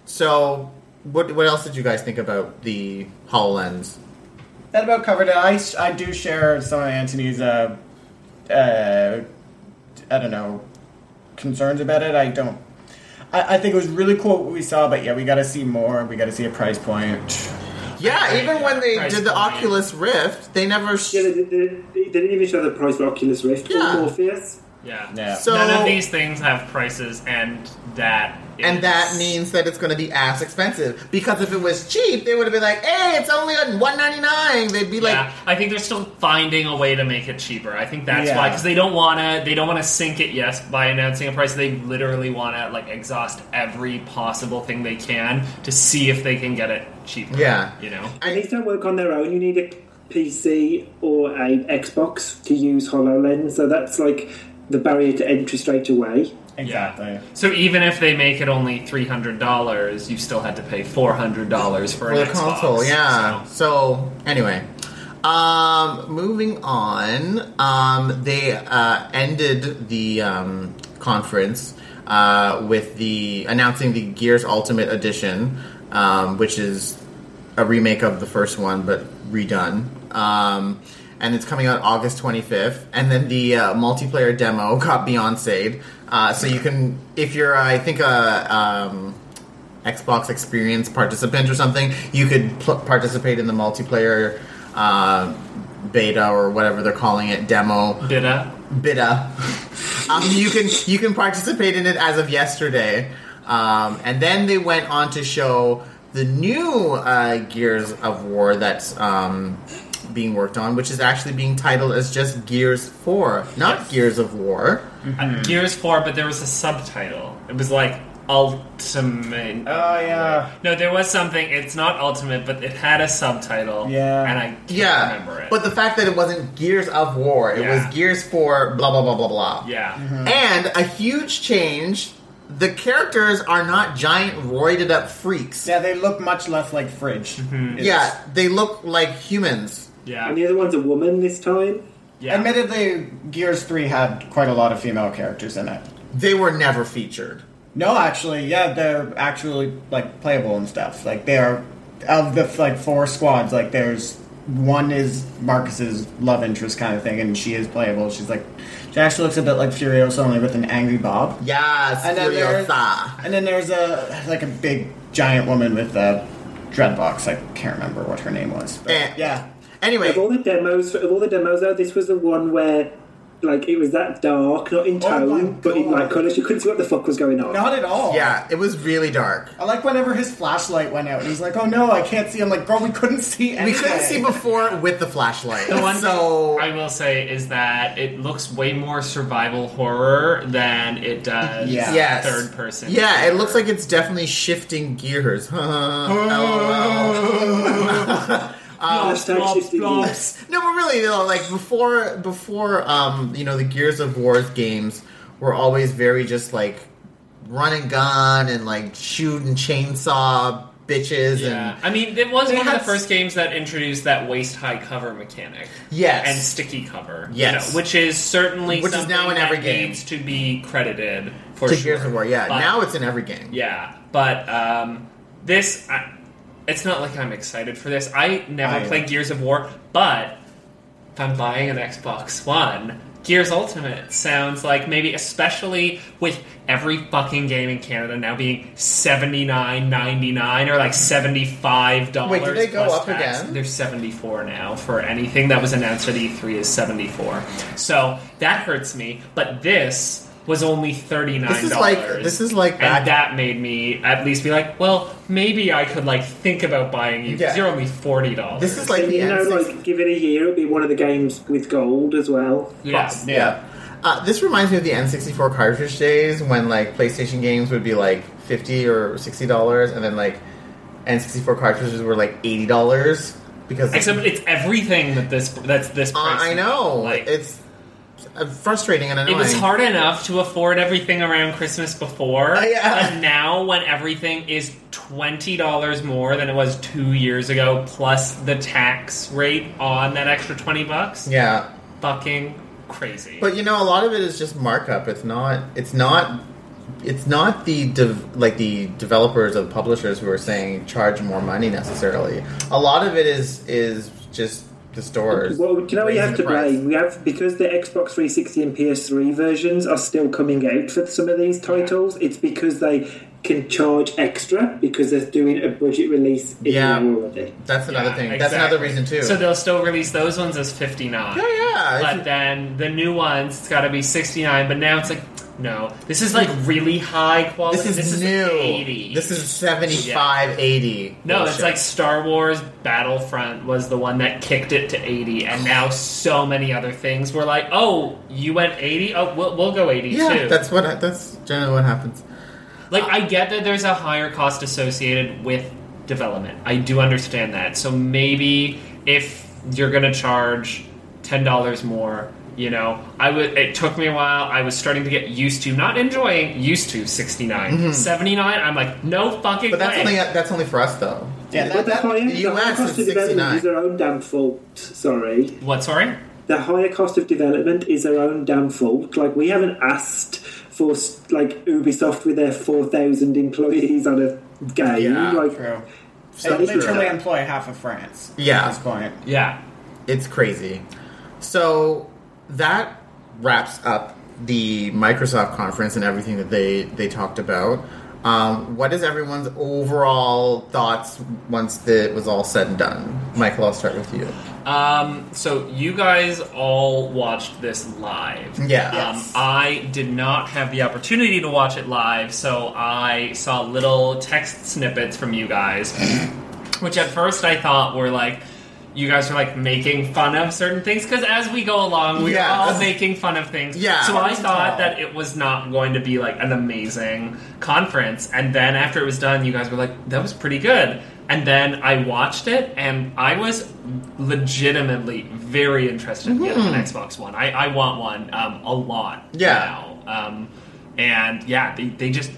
Speaker 1: so, what what else did you guys think about the Hololens?
Speaker 4: That about covered it. I, I do share some of Anthony's, uh, uh, I don't know, concerns about it. I don't. I, I think it was really cool what we saw, but yeah, we got to see more. We got to see a price point.
Speaker 1: Yeah, even when they
Speaker 2: Price
Speaker 1: did the
Speaker 2: point.
Speaker 1: Oculus Rift, they never. Sh-
Speaker 3: Yeah, they, they, they didn't even show the price for Oculus Rift
Speaker 1: Yeah.
Speaker 3: or Morpheus.
Speaker 2: Yeah.
Speaker 4: Yeah.
Speaker 1: So-
Speaker 2: None of these things have prices, and that is...
Speaker 1: and that means that it's going to be ass expensive because if it was cheap, they would have been like, "Hey, it's only on one ninety nine. They'd be like,
Speaker 2: yeah, I think they're still finding a way to make it cheaper. I think that's
Speaker 4: Yeah.
Speaker 2: why because they don't want to they don't want to sink it yes by announcing a price. They literally want to like exhaust every possible thing they can to see if they can get it cheaper.
Speaker 1: Yeah.
Speaker 2: you know.
Speaker 3: And these don't work on their own. You need a PC or an Xbox to use HoloLens, so that's like the barrier to entry straight away.
Speaker 4: Exactly.
Speaker 2: So even if they make it only three hundred dollars, you still had to pay four hundred dollars for,
Speaker 1: for the
Speaker 2: an Xbox,
Speaker 1: console. Yeah.
Speaker 2: so-
Speaker 1: So, anyway, um, moving on, um, they uh, ended the um, conference uh, with the announcing the Gears Ultimate Edition, um, which is a remake of the first one but redone. Um, and it's coming out August 25th. And then the uh, multiplayer demo got Beyonce'd. Uh, so you can, if you're, I think, a um, Xbox Experience participant or something, you could pl- participate in the multiplayer uh, beta or whatever they're calling it demo
Speaker 2: Did it?
Speaker 1: bida. um, you can you can participate in it as of yesterday, um, and then they went on to show the new uh, Gears of War that's um, being worked on, which is actually being titled as just Gears Four, not
Speaker 2: Yes.
Speaker 1: Gears of War.
Speaker 2: Uh,
Speaker 4: Mm-hmm.
Speaker 2: Gears Four, but there was a subtitle. It was like Ultimate.
Speaker 4: Oh, yeah.
Speaker 2: No, there was something. It's not Ultimate, but it had a subtitle.
Speaker 4: Yeah.
Speaker 2: and I can't
Speaker 1: Yeah,
Speaker 2: remember it.
Speaker 1: but the fact that it wasn't Gears of War, it
Speaker 2: Yeah.
Speaker 1: was Gears Four, blah blah blah blah blah.
Speaker 2: yeah,
Speaker 1: And a huge change: the characters are not giant roided up freaks.
Speaker 4: Yeah, they look much less like fridge. It's-
Speaker 1: Yeah, they look like humans.
Speaker 2: yeah,
Speaker 3: And the other one's a woman this time.
Speaker 2: yeah.
Speaker 4: Admittedly, Gears 3 had quite a lot of female characters in it.
Speaker 1: They were never featured.
Speaker 4: No, actually, yeah, they're actually like playable and stuff. Like they are of the like four squads. Like there's one is Marcus's love interest kind of thing, and she is playable. She's like she actually looks a bit like Furiosa only with an angry bob.
Speaker 1: Yes,
Speaker 4: And then there's
Speaker 1: Furiosa.
Speaker 4: and then there's a like a big giant woman with a dreadlocks. I can't remember what her name was. But,
Speaker 1: Eh.
Speaker 4: yeah,
Speaker 1: Anyway,
Speaker 3: Of all the demos, of all the demos though, this was the one where, like, it was that dark, not in
Speaker 4: Oh my
Speaker 3: tone, but in
Speaker 4: God.
Speaker 3: like colours. You couldn't see what the fuck was going on.
Speaker 4: not at all.
Speaker 1: yeah, it was really dark.
Speaker 4: I like whenever his flashlight went out. and He's like, "Oh no, I can't see." I'm like, "Girl, we couldn't see."
Speaker 1: We
Speaker 4: Anything.
Speaker 1: couldn't see before with the flashlight.
Speaker 2: The one
Speaker 1: so
Speaker 2: thing I will say is that it looks way more survival horror than it does
Speaker 4: Yeah.
Speaker 1: yes,
Speaker 2: third person.
Speaker 1: Yeah, it
Speaker 2: horror.
Speaker 1: looks like it's definitely shifting gears. LOL.
Speaker 2: Oh,
Speaker 3: Hashtag
Speaker 2: Blobs,
Speaker 3: shifting
Speaker 2: blobs.
Speaker 3: gears.
Speaker 1: No, but really though, like before, before um, you know, the Gears of War's games were always very just like run and gun and like shoot and chainsaw bitches
Speaker 2: Yeah,
Speaker 1: and
Speaker 2: I mean, it was
Speaker 1: They
Speaker 2: one of
Speaker 1: had
Speaker 2: the first games that introduced that waist high cover mechanic.
Speaker 1: Yes.
Speaker 2: and sticky cover. you
Speaker 1: Yes.
Speaker 2: know, which is certainly
Speaker 1: Which is
Speaker 2: something
Speaker 1: now in every
Speaker 2: that
Speaker 1: game.
Speaker 2: needs to be credited for
Speaker 1: to
Speaker 2: sure.
Speaker 1: Gears of War. Yeah,
Speaker 2: But-
Speaker 1: now it's in every game.
Speaker 2: yeah, but um, this, I, it's not like I'm excited for this. I never
Speaker 4: I-
Speaker 2: play Gears of War, but if I'm buying an Xbox One. Gears Ultimate sounds like maybe, especially with every fucking game in Canada now being seventy nine ninety nine or like seventy five dollars.
Speaker 1: Wait, did they go
Speaker 2: plus
Speaker 1: up
Speaker 2: tax.
Speaker 1: again?
Speaker 2: They're seventy four now for anything that was announced at E three is seventy four. So that hurts me. But this, was only thirty nine.
Speaker 1: This is like this is like back
Speaker 2: and that made me at least be like, well, maybe I could like think about buying you because
Speaker 1: Yeah.
Speaker 2: you're only forty dollars.
Speaker 1: this is like
Speaker 3: And,
Speaker 1: the
Speaker 3: you know,
Speaker 1: N64
Speaker 3: like give it a year, it'll be one of the games with gold as well.
Speaker 2: yeah.
Speaker 1: Yeah. Uh, this reminds me of the N64 cartridge days when like PlayStation games would be like fifty or sixty dollars, and then like N64 cartridges were like eighty dollars because
Speaker 2: Except it's everything that this that's this.
Speaker 1: Uh,
Speaker 2: Price
Speaker 1: I know
Speaker 2: Like,
Speaker 1: it's uh, frustrating and
Speaker 2: it
Speaker 1: annoying.
Speaker 2: was hard enough to afford everything around Christmas before,
Speaker 1: Uh, yeah.
Speaker 2: and now when everything is twenty dollars more than it was two years ago, plus the tax rate on that extra twenty bucks,
Speaker 1: Yeah,
Speaker 2: fucking crazy.
Speaker 1: but you know, a lot of it is just markup. It's not. It's not. It's not the dev, like the developers or publishers who are saying charge more money necessarily. A lot of it is is just the stores.
Speaker 3: Well, do you know what you
Speaker 1: raising
Speaker 3: have
Speaker 1: the
Speaker 3: to
Speaker 1: price.
Speaker 3: blame? We have because the Xbox 360 and PS3 versions are still coming out for some of these titles. It's because they can charge extra because they're doing a budget release in
Speaker 1: Yeah.
Speaker 3: there already.
Speaker 1: That's another
Speaker 2: Yeah,
Speaker 1: thing. That's another
Speaker 2: exactly.
Speaker 1: reason too.
Speaker 2: So they'll still release those ones as fifty nine.
Speaker 1: yeah, yeah. If
Speaker 2: But then the new ones, it's got to be 69. But now it's like, no, this is like really high
Speaker 1: you-
Speaker 2: quality.
Speaker 1: this is new.
Speaker 2: 80.
Speaker 1: This is 75, 80.
Speaker 2: no,
Speaker 1: Bullshit.
Speaker 2: it's like Star Wars Battlefront was the one that kicked it to 80, and now so many other things were like, oh, you went 80? Oh, we'll, we'll go 80
Speaker 1: yeah.
Speaker 2: too.
Speaker 1: That's what that's generally what happens.
Speaker 2: Like, I get that there's a higher cost associated with development. I do understand that. So maybe if you're going to charge $10 more, you know, I would. It took me a while. I was starting to get used to not enjoying used to 69, 79. I'm like, no
Speaker 1: Mm-hmm.
Speaker 2: fucking
Speaker 1: But that's
Speaker 2: way.
Speaker 1: only that's only for us though.
Speaker 4: Yeah,
Speaker 3: But
Speaker 4: that,
Speaker 3: the
Speaker 1: that-
Speaker 3: higher,
Speaker 1: the
Speaker 3: the higher
Speaker 1: US
Speaker 3: cost of
Speaker 1: is
Speaker 3: development
Speaker 1: 69.
Speaker 3: is their own damn fault. Sorry,
Speaker 2: what? Sorry.
Speaker 3: the higher cost of development is their own damn fault. Like we haven't asked for s- like Ubisoft with their 4,000 employees on a game.
Speaker 1: Yeah,
Speaker 3: like
Speaker 4: true.
Speaker 1: So
Speaker 4: they literally
Speaker 1: true.
Speaker 4: employ half of France.
Speaker 1: Yeah.
Speaker 4: at this point.
Speaker 2: Yeah.
Speaker 1: It's crazy. So that wraps up the Microsoft conference and everything that they they talked about. Um, what is everyone's overall thoughts once it was all said and done? Michael, I'll start with you.
Speaker 2: Um, so you guys all watched this live.
Speaker 1: Yeah.
Speaker 2: Um,
Speaker 1: Yes.
Speaker 2: I did not have the opportunity to watch it live, so I saw little text snippets from you guys, which at first I thought were like. You guys were like making fun of certain things because as we go along, we're
Speaker 1: Yes.
Speaker 2: all making fun of things.
Speaker 1: Yeah.
Speaker 2: So I
Speaker 1: Hard to
Speaker 2: thought
Speaker 1: tell.
Speaker 2: that it was not going to be like an amazing conference. And then after it was done, you guys were like, that was pretty good. And then I watched it and I was legitimately very interested in getting an Xbox One. I, I want one um, a lot
Speaker 1: Yeah.
Speaker 2: now. Um, and yeah, they, they just.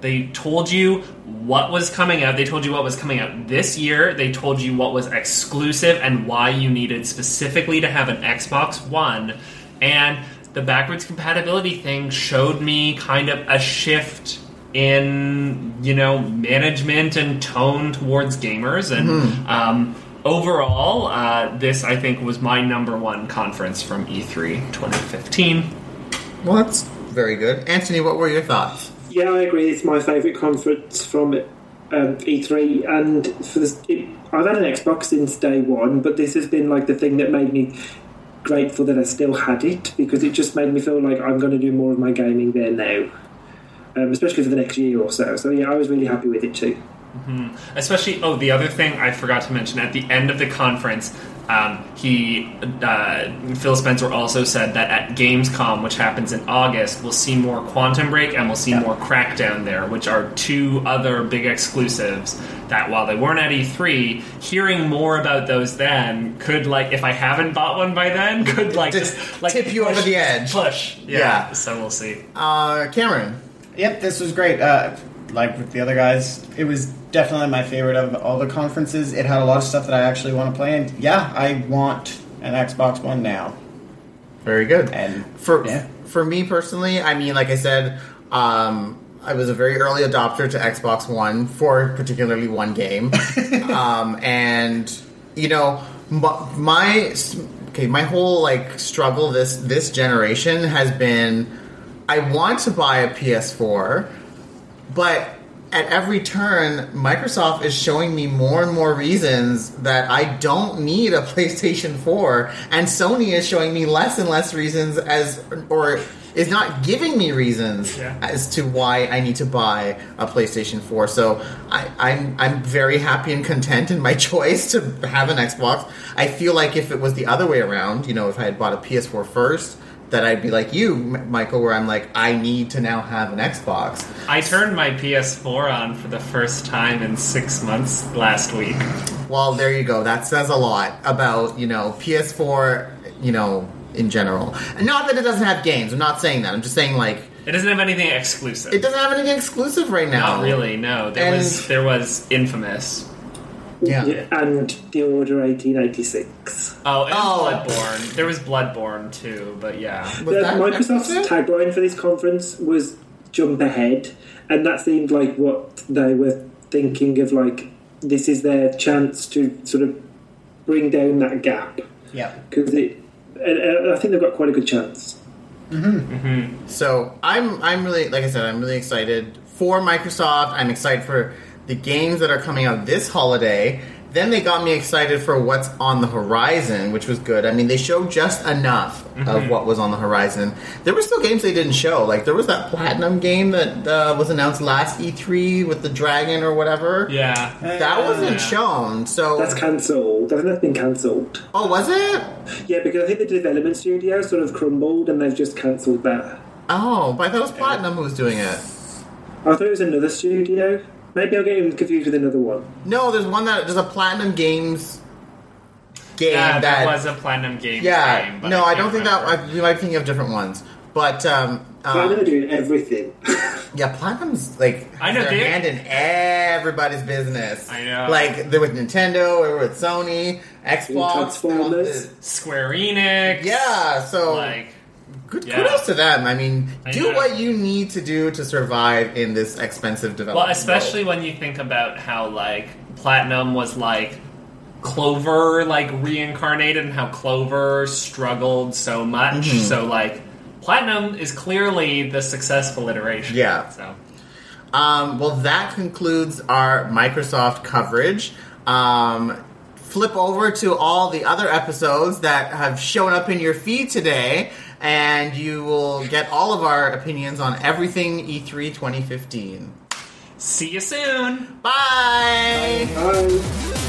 Speaker 2: They told you what was coming out. They told you what was coming out this year. They told you what was exclusive and why you needed specifically to have an Xbox One. And the backwards compatibility thing showed me kind of a shift in, you know, management and tone towards gamers. And um, overall, uh, this, I think, was my number one conference from E E3 2015.
Speaker 1: Well, that's very good. Anthony, what were your thoughts?
Speaker 3: Yeah, I agree. It's my favourite conference from um, E3, and for this, it, I've had an Xbox since day one, but this has been like the thing that made me grateful that I still had it because it just made me feel like I'm going to do more of my gaming there now, um, especially for the next year or so. So yeah, I was really happy with it too.
Speaker 2: Especially, oh, the other thing I forgot to mention at the end of the conference, um, he uh, Phil Spencer also said that at Gamescom, which happens in August, we'll see more Quantum Break and we'll see more Crackdown there, which are two other big exclusives. That while they weren't at E3, hearing more about those then could like, if I haven't bought one by then, could like
Speaker 1: Just
Speaker 2: just, like
Speaker 1: tip you
Speaker 2: push-
Speaker 1: over the edge.
Speaker 2: Push, yeah.
Speaker 1: Yeah.
Speaker 2: So we'll see.
Speaker 1: Uh, Cameron.
Speaker 4: Yep, this was great. Uh, like with the other guys, it was definitely my favorite of all the conferences. It had a lot of stuff that I actually want to play, and yeah, I want an Xbox One now.
Speaker 1: Very good.
Speaker 4: And
Speaker 1: for
Speaker 4: Yeah.
Speaker 1: for me personally, I mean, like I said, um, I was a very early adopter to Xbox One for particularly one game, um, and you know, my, my okay, my whole like struggle this this generation has been, I want to buy a PS4, but at every turn, Microsoft is showing me more and more reasons that I don't need a PlayStation 4, and Sony is showing me less and less reasons as, or is not giving me reasons
Speaker 2: Yeah.
Speaker 1: as to why I need to buy a PlayStation 4. So I, I'm I'm very happy and content in my choice to have an Xbox. I feel like if it was the other way around, you know, if I had bought a PS4 first, that I'd be like you, M- Michael, where I'm like, I need to now have an Xbox.
Speaker 2: I turned my PS4 on for the first time in six months last week.
Speaker 1: Well, there you go. That says a lot about, you know, PS4, you know, in general. And Not that it doesn't have games. I'm not saying that. I'm just saying, like,
Speaker 2: It doesn't have anything exclusive.
Speaker 1: it doesn't have anything exclusive right now.
Speaker 2: Not really. No, there
Speaker 1: And-
Speaker 2: was there was Infamous.
Speaker 1: Yeah.
Speaker 3: and the Order eighteen eighty six.
Speaker 2: Oh, and
Speaker 1: Oh.
Speaker 2: Bloodborne. There was Bloodborne too, but yeah.
Speaker 1: Was that
Speaker 3: Microsoft's
Speaker 1: exclusive?
Speaker 3: tagline for this conference was "Jump ahead," and that seemed like what they were thinking of. Like this is their chance to sort of bring down that gap
Speaker 4: Yeah.
Speaker 3: because it. And, uh, I think they've got quite a good chance.
Speaker 1: So I'm I'm really like I said I'm really excited for Microsoft. I'm excited for the games that are coming out this holiday. Then they got me excited for what's on the horizon, which was good. I mean, they showed just enough of what was on the horizon. There were still games they didn't show. Like there was that platinum game that uh, was announced last E3 with the dragon or whatever.
Speaker 2: Yeah.
Speaker 1: That wasn't
Speaker 2: Yeah.
Speaker 1: shown. So
Speaker 3: That's cancelled. I think that's been cancelled.
Speaker 1: oh, was it?
Speaker 3: Yeah, because I think the development studio sort of crumbled and they've just cancelled that.
Speaker 1: Oh, but I thought it was Platinum who was doing it.
Speaker 3: I thought it was another studio. Maybe I'm getting confused with another one.
Speaker 1: No, there's one that there's a Platinum Games game
Speaker 2: Yeah,
Speaker 1: that
Speaker 2: that was a Platinum Games
Speaker 1: yeah.
Speaker 2: game. but
Speaker 1: no, I,
Speaker 2: can't
Speaker 1: don't think
Speaker 2: remember.
Speaker 1: that I, we might be thinking of different ones, but um,
Speaker 3: I know they're
Speaker 1: um,
Speaker 3: doing everything.
Speaker 1: yeah, Platinum's like
Speaker 2: I know
Speaker 1: their
Speaker 2: they-
Speaker 1: hand in everybody's business.
Speaker 2: I know.
Speaker 1: like they're with Nintendo, or with Sony, Xbox, they're all
Speaker 3: Transformers.
Speaker 1: the-
Speaker 2: Square Enix.
Speaker 1: Yeah, so
Speaker 2: Like
Speaker 1: good
Speaker 2: yeah.
Speaker 1: kudos to them. I mean,
Speaker 2: I
Speaker 1: do
Speaker 2: know.
Speaker 1: what you need to do to survive in this expensive development.
Speaker 2: Well, especially when you think about how like platinum was like Clover like reincarnated and how Clover struggled so much.
Speaker 1: Mm-hmm.
Speaker 2: So like platinum is clearly the successful iteration.
Speaker 1: Yeah.
Speaker 2: So
Speaker 1: Um, well, that concludes our Microsoft coverage. Um, flip over to all the other episodes that have shown up in your feed today, and you will get all of our opinions on everything E E3 2015.
Speaker 2: see you soon.
Speaker 1: Bye.
Speaker 3: Bye.